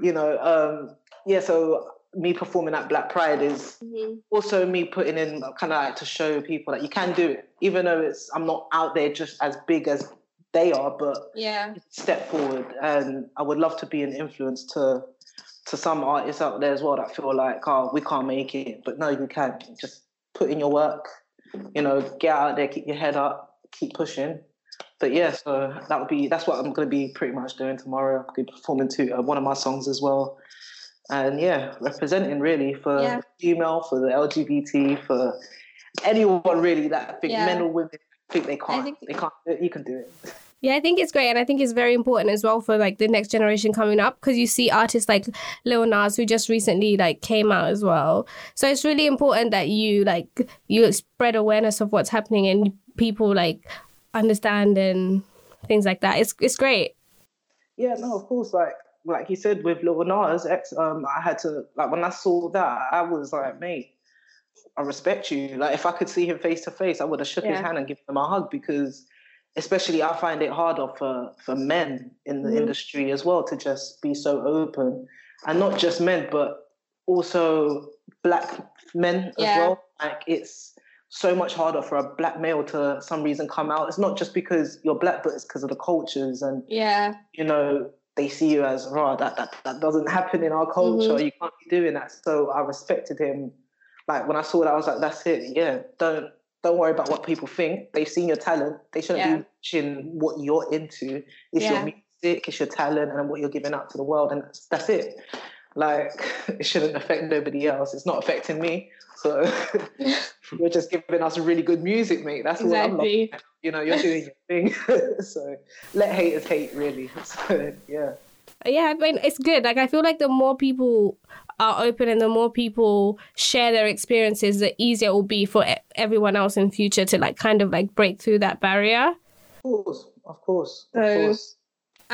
[SPEAKER 4] you know, um, yeah. So me performing at Black Pride is
[SPEAKER 3] Mhm.
[SPEAKER 4] also me putting uh, in kind of like to show people that you can do it, even though it's I'm not out there just as big as they are, but
[SPEAKER 5] Yeah.
[SPEAKER 4] step forward. And I would love to be an influence to to some artists out there as well that feel like, oh, we can't make it, but no, you can. Just put in your work. You know, get out there, keep your head up, keep pushing. But yeah, so that would be that's what I'm gonna be pretty much doing tomorrow. I'm gonna be performing to uh, one of my songs as well. And yeah, representing really for
[SPEAKER 5] Yeah.
[SPEAKER 4] female, for the LGBT, for anyone really that think
[SPEAKER 5] Yeah.
[SPEAKER 4] men or women think they can't.
[SPEAKER 5] think-
[SPEAKER 4] they can't. do it, You can do it.
[SPEAKER 5] Yeah, I think it's great, and I think it's very important as well for like the next generation coming up because you see artists like Lil Nas who just recently like came out as well. So it's really important that you like you spread awareness of what's happening and people like understand and things like that. It's it's great.
[SPEAKER 4] Yeah, no, of course. Like like you said with Lil Nas X, um, I had to like when I saw that, I was like, mate, I respect you. Like if I could see him face to face, I would have shook his
[SPEAKER 5] Yeah.
[SPEAKER 4] hand and given him a hug because, especially, I find it harder for for men in the
[SPEAKER 5] Mhm.
[SPEAKER 4] industry as well to just be so open, and not just men, but also black men as
[SPEAKER 5] Yeah.
[SPEAKER 4] well. Like it's so much harder for a black male to some reason come out. It's not just because you're black, but it's because of the cultures and
[SPEAKER 5] Yeah,
[SPEAKER 4] you know, they see you as raw. That that that doesn't happen in our culture.
[SPEAKER 5] Mm-hmm.
[SPEAKER 4] You can't be doing that. So I respected him. Like when I saw that, I was like, that's it. Yeah, don't don't worry about what people think. They've seen your talent. They shouldn't
[SPEAKER 5] Yeah.
[SPEAKER 4] be watching what you're into. It's
[SPEAKER 5] Yeah.
[SPEAKER 4] your music. It's your talent and what you're giving out to the world. And that's, that's it. Like (laughs) it shouldn't affect nobody else. It's not affecting me.
[SPEAKER 5] (laughs)
[SPEAKER 4] So (laughs) you're just giving us really good music, mate. That's what I'm like.
[SPEAKER 5] exactly.
[SPEAKER 4] You know, you're doing your thing. (laughs) so let haters hate, really. (laughs) So yeah.
[SPEAKER 5] Yeah, I mean it's good. Like I feel like the more people are open and the more people share their experiences, the easier it will be for e- everyone else in future to like kind of like break through that barrier.
[SPEAKER 4] Of course, of course, of
[SPEAKER 5] So-
[SPEAKER 4] course.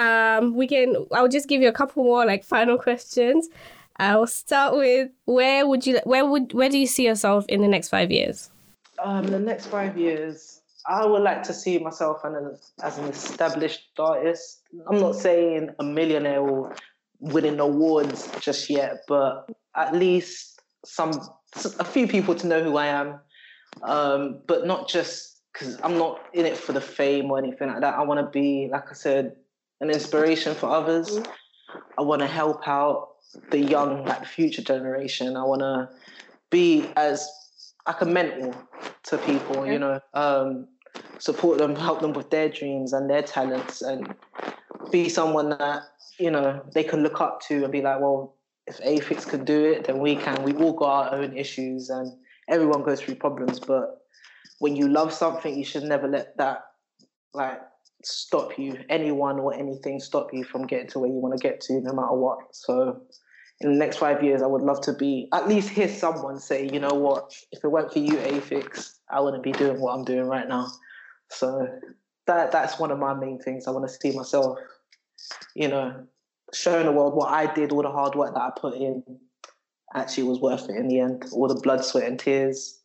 [SPEAKER 5] um we can i'll just give you a couple more like final questions i'll start with where would you where would where do you see yourself in the next five years
[SPEAKER 4] Um, the next five years, I would like to see myself and as, as an established artist. I'm not saying a millionaire or winning awards just yet, but at least some a few people to know who I am. Um, but not just because I'm not in it for the fame or anything like that. I want to be, like I said, an inspiration for others. I want to help out the young, like the future generation. I want to be as like a mentor to people,
[SPEAKER 5] Yeah.
[SPEAKER 4] you know, um, support them, help them with their dreams and their talents, and be someone that you know they can look up to and be like, well, if Afix could do it, then we can. We all got our own issues, and everyone goes through problems. But when you love something, you should never let that like stop you, anyone or anything stop you from getting to where you want to get to, no matter what. So in the next five years, I would love to be at least hear someone say, you know what, if it weren't for you, Afix, I wouldn't be doing what I'm doing right now. So that that's one of my main things. I want to see myself, you know, showing the world what I did, all the hard work that I put in actually was worth it in the end. All the blood, sweat, and tears,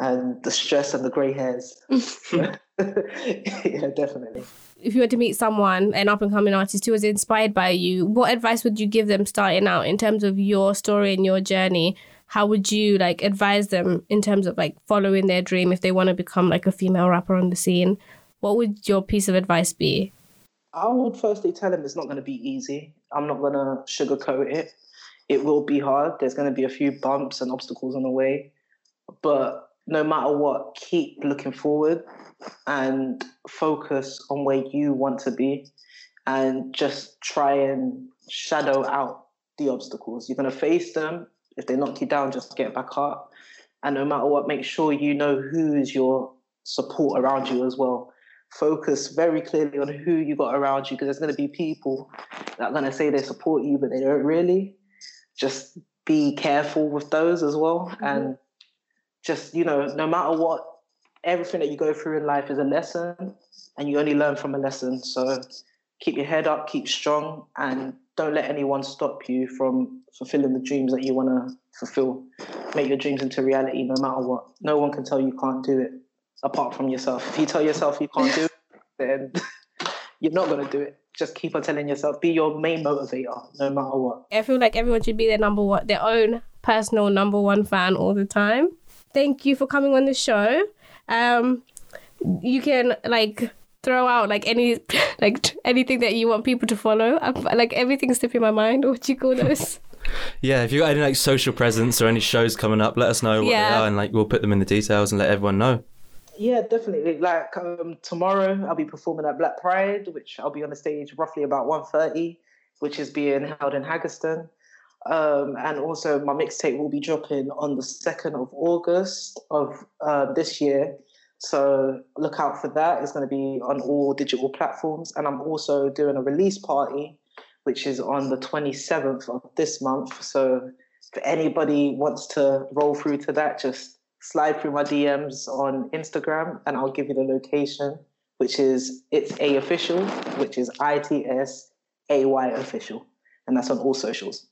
[SPEAKER 4] and the stress and the grey hairs. (laughs) yeah, definitely.
[SPEAKER 5] if you were to meet someone an up and coming artist who was inspired by you what advice would you give them starting out in terms of your story and your journey how would you like advise them in terms of like following their dream if they want to become like a female rapper on the scene what would your piece of advice be
[SPEAKER 4] I would firstly tell him it's not going to be easy. I'm not going to sugarcoat it. It will be hard. There's going to be a few bumps and obstacles on the way. But no matter what, keep looking forward and focus on where you want to be and just try and shadow out the obstacles. You're going to face them. If they knock you down, just get back up. And no matter what, make sure you know who is your support around you as well focus very clearly on who you got around you because there's going to be people that are going to say they support you but they don't really just be careful with those as well and just you know no matter what everything that you go through in life is a lesson and you only learn from a lesson so keep your head up keep strong and don't let anyone stop you from fulfilling the dreams that you want to fulfill make your dreams into reality no matter what no one can tell you you can't do it apart from yourself. If you tell yourself you can't do it, then (laughs) you're not going to do it. Just keep on telling yourself, be your main motivator, no matter what.
[SPEAKER 5] I feel like everyone should be their number one, their own personal number one fan all the time. Thank you for coming on the show. Um, you can like throw out like any (laughs) like t- anything that you want people to follow. I'm, like everything's slipping my mind. (laughs) What do you call those?
[SPEAKER 2] Yeah, if you got any like social presence or any shows coming up, let us know what they
[SPEAKER 5] Yeah.
[SPEAKER 2] are, and like we'll put them in the details and let everyone know.
[SPEAKER 4] Yeah, definitely. Like um, tomorrow, I'll be performing at Black Pride, which I'll be on the stage roughly about 1.30, which is being held in Haggerston. Um, and also, my mixtape will be dropping on the 2nd of August of uh, this year. So look out for that. It's going to be on all digital platforms. And I'm also doing a release party, which is on the 27th of this month. So if anybody wants to roll through to that, just slide through my DMs on Instagram and I'll give you the location, which is it's a official, which is I T S A Y official. And that's on all socials.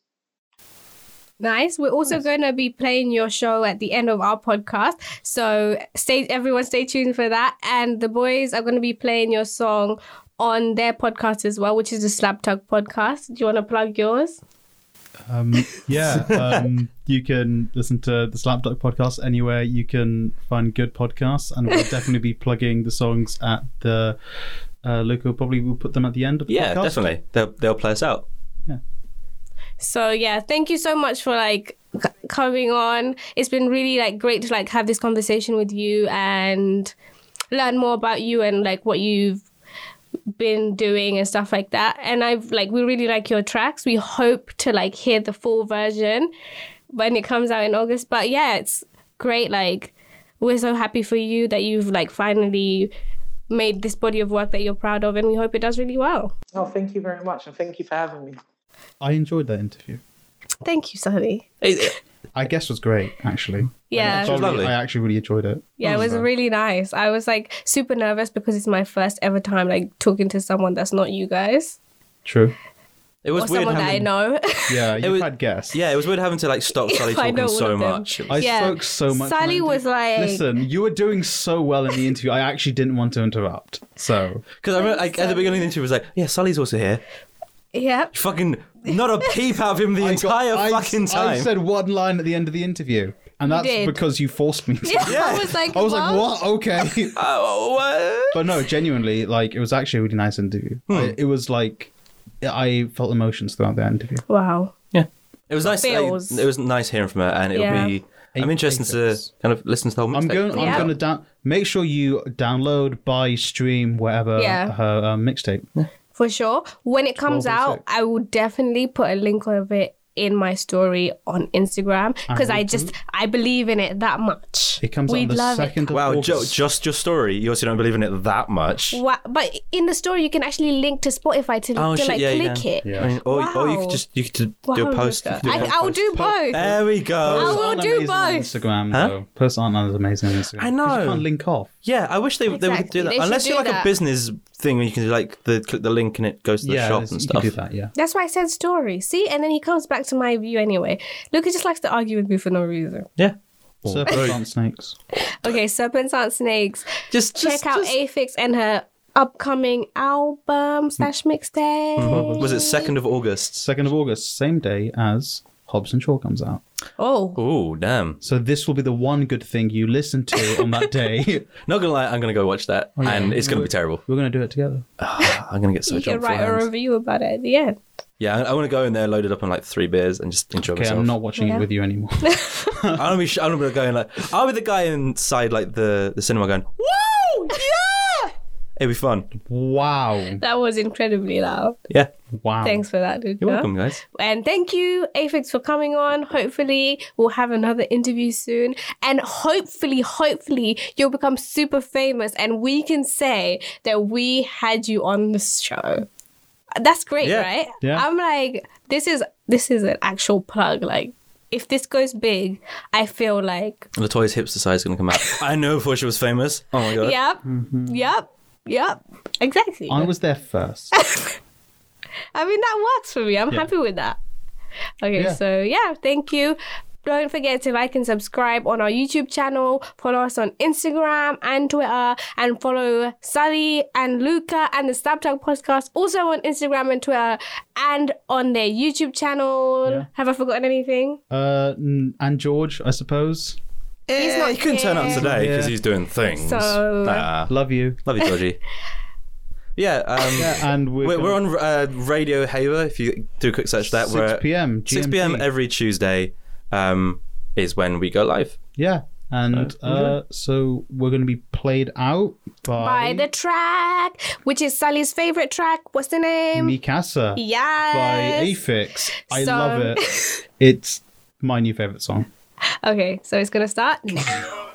[SPEAKER 5] Nice. We're also going to be playing your show at the end of our podcast. So stay everyone stay tuned for that and the boys are going to be playing your song on their podcast as well, which is the Slap Tug podcast. Do you want to plug yours?
[SPEAKER 1] Um, (laughs) yeah, um, you can listen to the Slapduck podcast anywhere you can find good podcasts, and we'll definitely be plugging the songs at the uh, local. Probably we'll put them at the end of the
[SPEAKER 2] Yeah,
[SPEAKER 1] podcast.
[SPEAKER 2] definitely. They'll they'll play us out.
[SPEAKER 5] So yeah, thank you so much for like c- coming on. It's been really like great to like have this conversation with you and learn more about you and like what you've been doing and stuff like that. And I've like we really like your tracks. We hope to like hear the full version when it comes out in August. But yeah, it's great. Like we're so happy for you that you've like finally made this body of work that you're proud of and we hope it does really well.
[SPEAKER 4] Oh, thank you very much. And thank you for having me.
[SPEAKER 1] I enjoyed that interview.
[SPEAKER 5] Thank you, Sunny.
[SPEAKER 2] It-
[SPEAKER 1] I guess was great actually.
[SPEAKER 5] Yeah.
[SPEAKER 1] Sorry,
[SPEAKER 2] lovely.
[SPEAKER 1] I actually really enjoyed it.
[SPEAKER 5] Yeah,
[SPEAKER 2] Oh,
[SPEAKER 5] it was really nice. I was like super nervous because it's my first ever time like talking to someone that's not you guys
[SPEAKER 1] True.
[SPEAKER 2] It
[SPEAKER 5] or
[SPEAKER 2] was weird.
[SPEAKER 5] someone that I
[SPEAKER 2] having- (laughs)
[SPEAKER 5] know. (laughs)
[SPEAKER 1] Yeah, you
[SPEAKER 2] was-
[SPEAKER 1] had guests.
[SPEAKER 2] Yeah, it was weird having to like stop Sally
[SPEAKER 5] I
[SPEAKER 2] talking
[SPEAKER 5] know all
[SPEAKER 2] so
[SPEAKER 5] of them.
[SPEAKER 2] much. It
[SPEAKER 1] I
[SPEAKER 2] was-
[SPEAKER 5] Yeah.
[SPEAKER 1] spoke so much.
[SPEAKER 5] Sally
[SPEAKER 1] and I
[SPEAKER 5] was
[SPEAKER 1] did-
[SPEAKER 5] like-
[SPEAKER 1] "Listen, you were doing so well in the interview. I actually didn't want to interrupt." So
[SPEAKER 2] Because I remember like, at the beginning of the interview, it was like, "Yeah, Sully's also here."
[SPEAKER 5] (laughs)
[SPEAKER 1] (laughs)
[SPEAKER 5] yeah.
[SPEAKER 2] Fucking not a peep out of him the entire
[SPEAKER 1] I-
[SPEAKER 2] fucking time.
[SPEAKER 1] I said one line at the end of the interview, and that's
[SPEAKER 5] did.
[SPEAKER 1] because you forced me. to.
[SPEAKER 5] I was like,
[SPEAKER 1] I was like,
[SPEAKER 5] well,
[SPEAKER 1] "What?
[SPEAKER 5] (laughs)
[SPEAKER 1] Okay."
[SPEAKER 2] oh, what?
[SPEAKER 1] but no, genuinely, like it was actually a really nice interview.
[SPEAKER 2] Hmm.
[SPEAKER 1] I- it was like I felt emotions throughout the interview.
[SPEAKER 5] Wow.
[SPEAKER 2] It was nice. like,
[SPEAKER 5] Feels.
[SPEAKER 2] it was nice hearing from her, and it'll
[SPEAKER 5] Yeah.
[SPEAKER 2] be. I'm
[SPEAKER 1] Eight
[SPEAKER 2] interested
[SPEAKER 1] papers.
[SPEAKER 2] to kind of listen to the whole.
[SPEAKER 1] I'm
[SPEAKER 2] mixtape.
[SPEAKER 1] going. I'm
[SPEAKER 5] Yeah.
[SPEAKER 1] going to down. Make sure you download, buy, stream, whatever
[SPEAKER 5] Yeah.
[SPEAKER 1] her uh, mixtape.
[SPEAKER 5] For sure. When it comes
[SPEAKER 1] 12.06.
[SPEAKER 5] out, I will definitely put a link of it in my story on Instagram because I, just I believe in it that much.
[SPEAKER 1] It comes out on
[SPEAKER 5] We'd
[SPEAKER 1] the
[SPEAKER 5] love it.
[SPEAKER 1] second. Of
[SPEAKER 2] Wow,
[SPEAKER 1] August.
[SPEAKER 2] jo- just your story. You also don't believe in it that much.
[SPEAKER 5] Wha- But in the story, you can actually link to Spotify to,
[SPEAKER 2] Oh,
[SPEAKER 5] to
[SPEAKER 2] shit,
[SPEAKER 5] like
[SPEAKER 2] yeah, you
[SPEAKER 5] click
[SPEAKER 2] can.
[SPEAKER 5] it.
[SPEAKER 1] Yeah.
[SPEAKER 2] I mean, or, or you
[SPEAKER 5] Wow.
[SPEAKER 2] could just you could do
[SPEAKER 5] Wow,
[SPEAKER 2] a post. You
[SPEAKER 5] Luca.
[SPEAKER 2] could do a
[SPEAKER 5] I,
[SPEAKER 2] post.
[SPEAKER 5] I'll do both.
[SPEAKER 2] There we go.
[SPEAKER 5] I will
[SPEAKER 1] Aren't
[SPEAKER 5] do
[SPEAKER 1] amazing on
[SPEAKER 5] both.
[SPEAKER 1] Instagram
[SPEAKER 2] Huh?
[SPEAKER 1] though. Posts aren't as amazing on Instagram.
[SPEAKER 2] I
[SPEAKER 1] 'cause
[SPEAKER 2] know.
[SPEAKER 1] You can't link off.
[SPEAKER 2] Yeah, I wish they they would
[SPEAKER 5] Exactly.
[SPEAKER 2] do that.
[SPEAKER 5] They should
[SPEAKER 2] Unless
[SPEAKER 5] do
[SPEAKER 2] you're like
[SPEAKER 5] that.
[SPEAKER 2] a business thing where you can do like the click the link and it goes to the
[SPEAKER 1] yeah,
[SPEAKER 2] shop
[SPEAKER 1] there's-
[SPEAKER 2] and
[SPEAKER 1] you
[SPEAKER 2] stuff.
[SPEAKER 1] can do that. Yeah.
[SPEAKER 5] That's why I said story. See, and then he comes back to my view anyway. Luca just likes to argue with me for no reason.
[SPEAKER 2] Yeah.
[SPEAKER 1] Serpents aren't snakes.
[SPEAKER 5] Okay, serpents aren't snakes.
[SPEAKER 2] Just
[SPEAKER 5] Check
[SPEAKER 2] just-
[SPEAKER 5] out
[SPEAKER 2] just-
[SPEAKER 5] Afix and her upcoming album slash mixtape.
[SPEAKER 2] Mm-hmm. Was it second of August?
[SPEAKER 1] Second of August, same day as Hobbs and Shaw comes out.
[SPEAKER 5] Oh,
[SPEAKER 2] Oh damn!
[SPEAKER 1] So this will be the one good thing you listen to on that (laughs) day.
[SPEAKER 2] Not gonna lie, I'm gonna go watch that, and it's gonna be terrible.
[SPEAKER 1] We're gonna do it together.
[SPEAKER 2] Ah, I'm gonna get so
[SPEAKER 5] you can
[SPEAKER 2] drunk.
[SPEAKER 5] write a
[SPEAKER 2] beforehand.
[SPEAKER 5] review about it at the end.
[SPEAKER 2] Yeah, I, I want to go in there loaded up on like three beers and just enjoy
[SPEAKER 1] Okay,
[SPEAKER 2] myself.
[SPEAKER 1] I'm
[SPEAKER 2] (laughs)
[SPEAKER 1] not watching it
[SPEAKER 5] Yeah.
[SPEAKER 1] with you anymore.
[SPEAKER 2] I'm gonna be. sh- I'm gonna be going like. I'll be the guy inside like the the cinema going. Woo! Yeah! It'll be fun.
[SPEAKER 1] wow.
[SPEAKER 5] (laughs) That was incredibly loud.
[SPEAKER 2] Yeah.
[SPEAKER 1] Wow.
[SPEAKER 5] Thanks for that, Luca.
[SPEAKER 2] Um, You're welcome, guys.
[SPEAKER 5] And thank you, Afix, for coming on. Hopefully, we'll have another interview soon. And hopefully, hopefully, you'll become super famous and we can say that we had you on the show. That's great,
[SPEAKER 2] Yeah.
[SPEAKER 5] right?
[SPEAKER 1] Yeah.
[SPEAKER 5] I'm like, this is this is an actual plug. Like, if this goes big, I feel like
[SPEAKER 2] Latoya's hipster side is gonna come out. (laughs) I know before she was famous. Oh my god.
[SPEAKER 5] Yep. Yep. Yep. Exactly.
[SPEAKER 1] I was there
[SPEAKER 2] (laughs)
[SPEAKER 1] first.
[SPEAKER 5] I mean, that works for me. I'm happy with that. Okay,
[SPEAKER 1] Yeah.
[SPEAKER 5] so yeah, thank you. Don't forget to like and subscribe on our YouTube channel. Follow us on Instagram and Twitter, and follow Sally and Luca and the Snapchat podcast also on Instagram and Twitter, and on their YouTube channel.
[SPEAKER 1] Yeah.
[SPEAKER 5] Have I forgotten anything?
[SPEAKER 1] Uh, n- and George, I suppose.
[SPEAKER 2] Eh,
[SPEAKER 5] not
[SPEAKER 2] he couldn't turn up
[SPEAKER 5] here.
[SPEAKER 2] today because
[SPEAKER 1] Yeah.
[SPEAKER 2] he's doing things.
[SPEAKER 5] So-
[SPEAKER 2] Nah.
[SPEAKER 1] Love you.
[SPEAKER 5] (laughs)
[SPEAKER 2] Love you, Georgie. Yeah, um,
[SPEAKER 1] Yeah, and we're,
[SPEAKER 2] We're,
[SPEAKER 1] gonna-
[SPEAKER 2] we're on uh, Radio Haver. If you do a quick search that,
[SPEAKER 1] 6
[SPEAKER 2] we're at
[SPEAKER 1] p.m.
[SPEAKER 2] 6
[SPEAKER 1] GMT.
[SPEAKER 2] p.m. every Tuesday um, is when we go live.
[SPEAKER 1] Yeah, and
[SPEAKER 2] Uh,
[SPEAKER 1] uh, so we're going to be played out by,
[SPEAKER 3] By the track, which is Sally's favorite track. What's the name?
[SPEAKER 1] Mikasa
[SPEAKER 3] yes.
[SPEAKER 1] by Afix. I
[SPEAKER 3] So-
[SPEAKER 1] love
[SPEAKER 3] (laughs)
[SPEAKER 1] it. It's my new favorite song.
[SPEAKER 3] Okay, so it's gonna start now.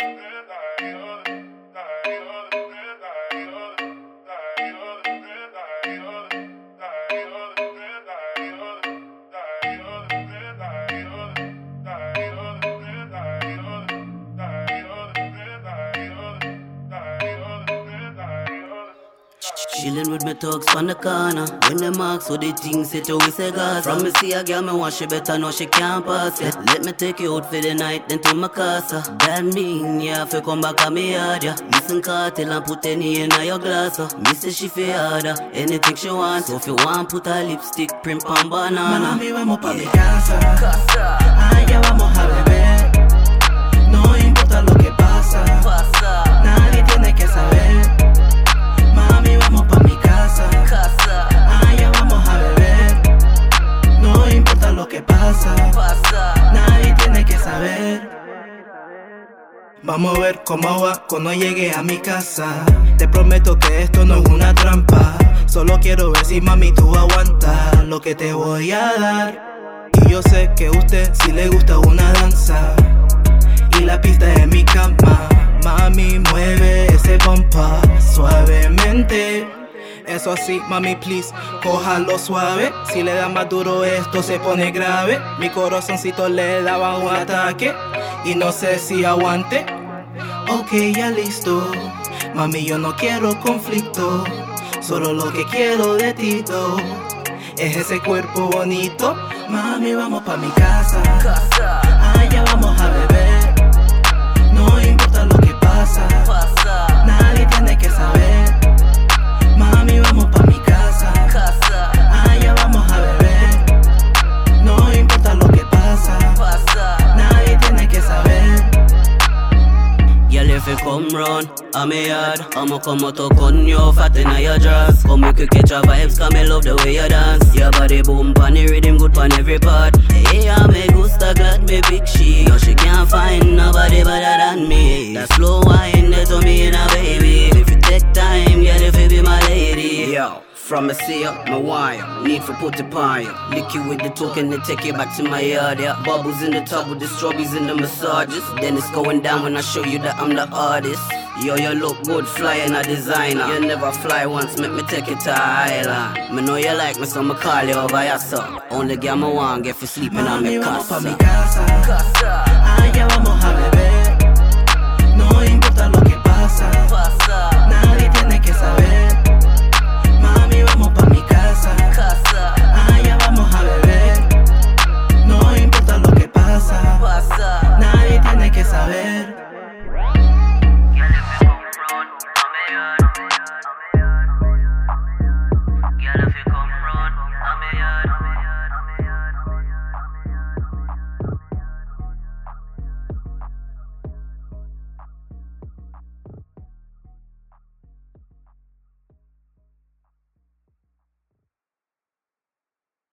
[SPEAKER 6] Chillin' with my thugs on the corner. When they mark, so they think say to we say gas. From me see a girl, me want she better know she can't pass it. Let me take you out for the night, then to my casa. That mean you have to come back at me yard, yeah. Listen cartel and put any in your glass, uh. Me say she feel harder, anything she want. So if you want, put a lipstick, print on banana.
[SPEAKER 7] Mami, vamos pa' mi casa. Ah, Allá vamos a beber. No importa lo que pasa. Nadie tiene que saber. Mami, vamos pa' mi casa. Allá vamos a beber. No importa lo que pasa. Nadie tiene que saber. Vamos a ver cómo va cuando llegue a mi casa. Te prometo que esto no es una trampa. Solo quiero ver si mami tú aguantas lo que te voy a dar. Y yo sé que a usted sí le gusta una danza. Y la pista es mi cama. Mami, mueve ese pompa suavemente. Eso así, mami, please, cójalo suave. Si le da más duro esto se pone grave. Mi corazoncito le daba un ataque y no sé si aguante. Ok, ya listo. Mami, yo no quiero conflicto. Solo lo que quiero de ti do, es ese cuerpo bonito. Mami, vamos pa' mi casa. Allá vamos a beber. No importa lo que pasa. Nadie tiene que saber. Mami, vamos pa' mi casa. Allá vamos a beber. No importa lo que pasa. Nadie tiene que saber.
[SPEAKER 6] Girl, if you come round, I'm a yard. I'ma come out to con you, fat in your dress. Come make you catch your vibes, come me love the way you dance. Your body boom, pan the rhythm, good pan every part. Hey, I me gusta, glad me big she. Yo, she can't find nobody better than me. That slow wine, that to me in a baby. If you take time, girl, if you be my lady. Yo. From a sea up my wire, need for put upon you. Lick you with the token and take you back to my yard. Yeah. Bubbles in the tub with the strawberries and the massages. Then it's going down when I show you that I'm the artist. Yo, you look good, fly and a designer. You never fly once, make me take you to a island. Me know you like me, so me call you over your son. Only girl me want get for sleeping on
[SPEAKER 7] Mami,
[SPEAKER 6] me
[SPEAKER 7] vamos pa' mi
[SPEAKER 6] casa.
[SPEAKER 7] casa. Allá vamos a beber. No importa lo que pasa. Nadie tiene que saber. Mami, vamos pa' mi casa. Allá vamos a beber. No importa lo que pasa. Nadie tiene que saber.
[SPEAKER 6] Girl, if you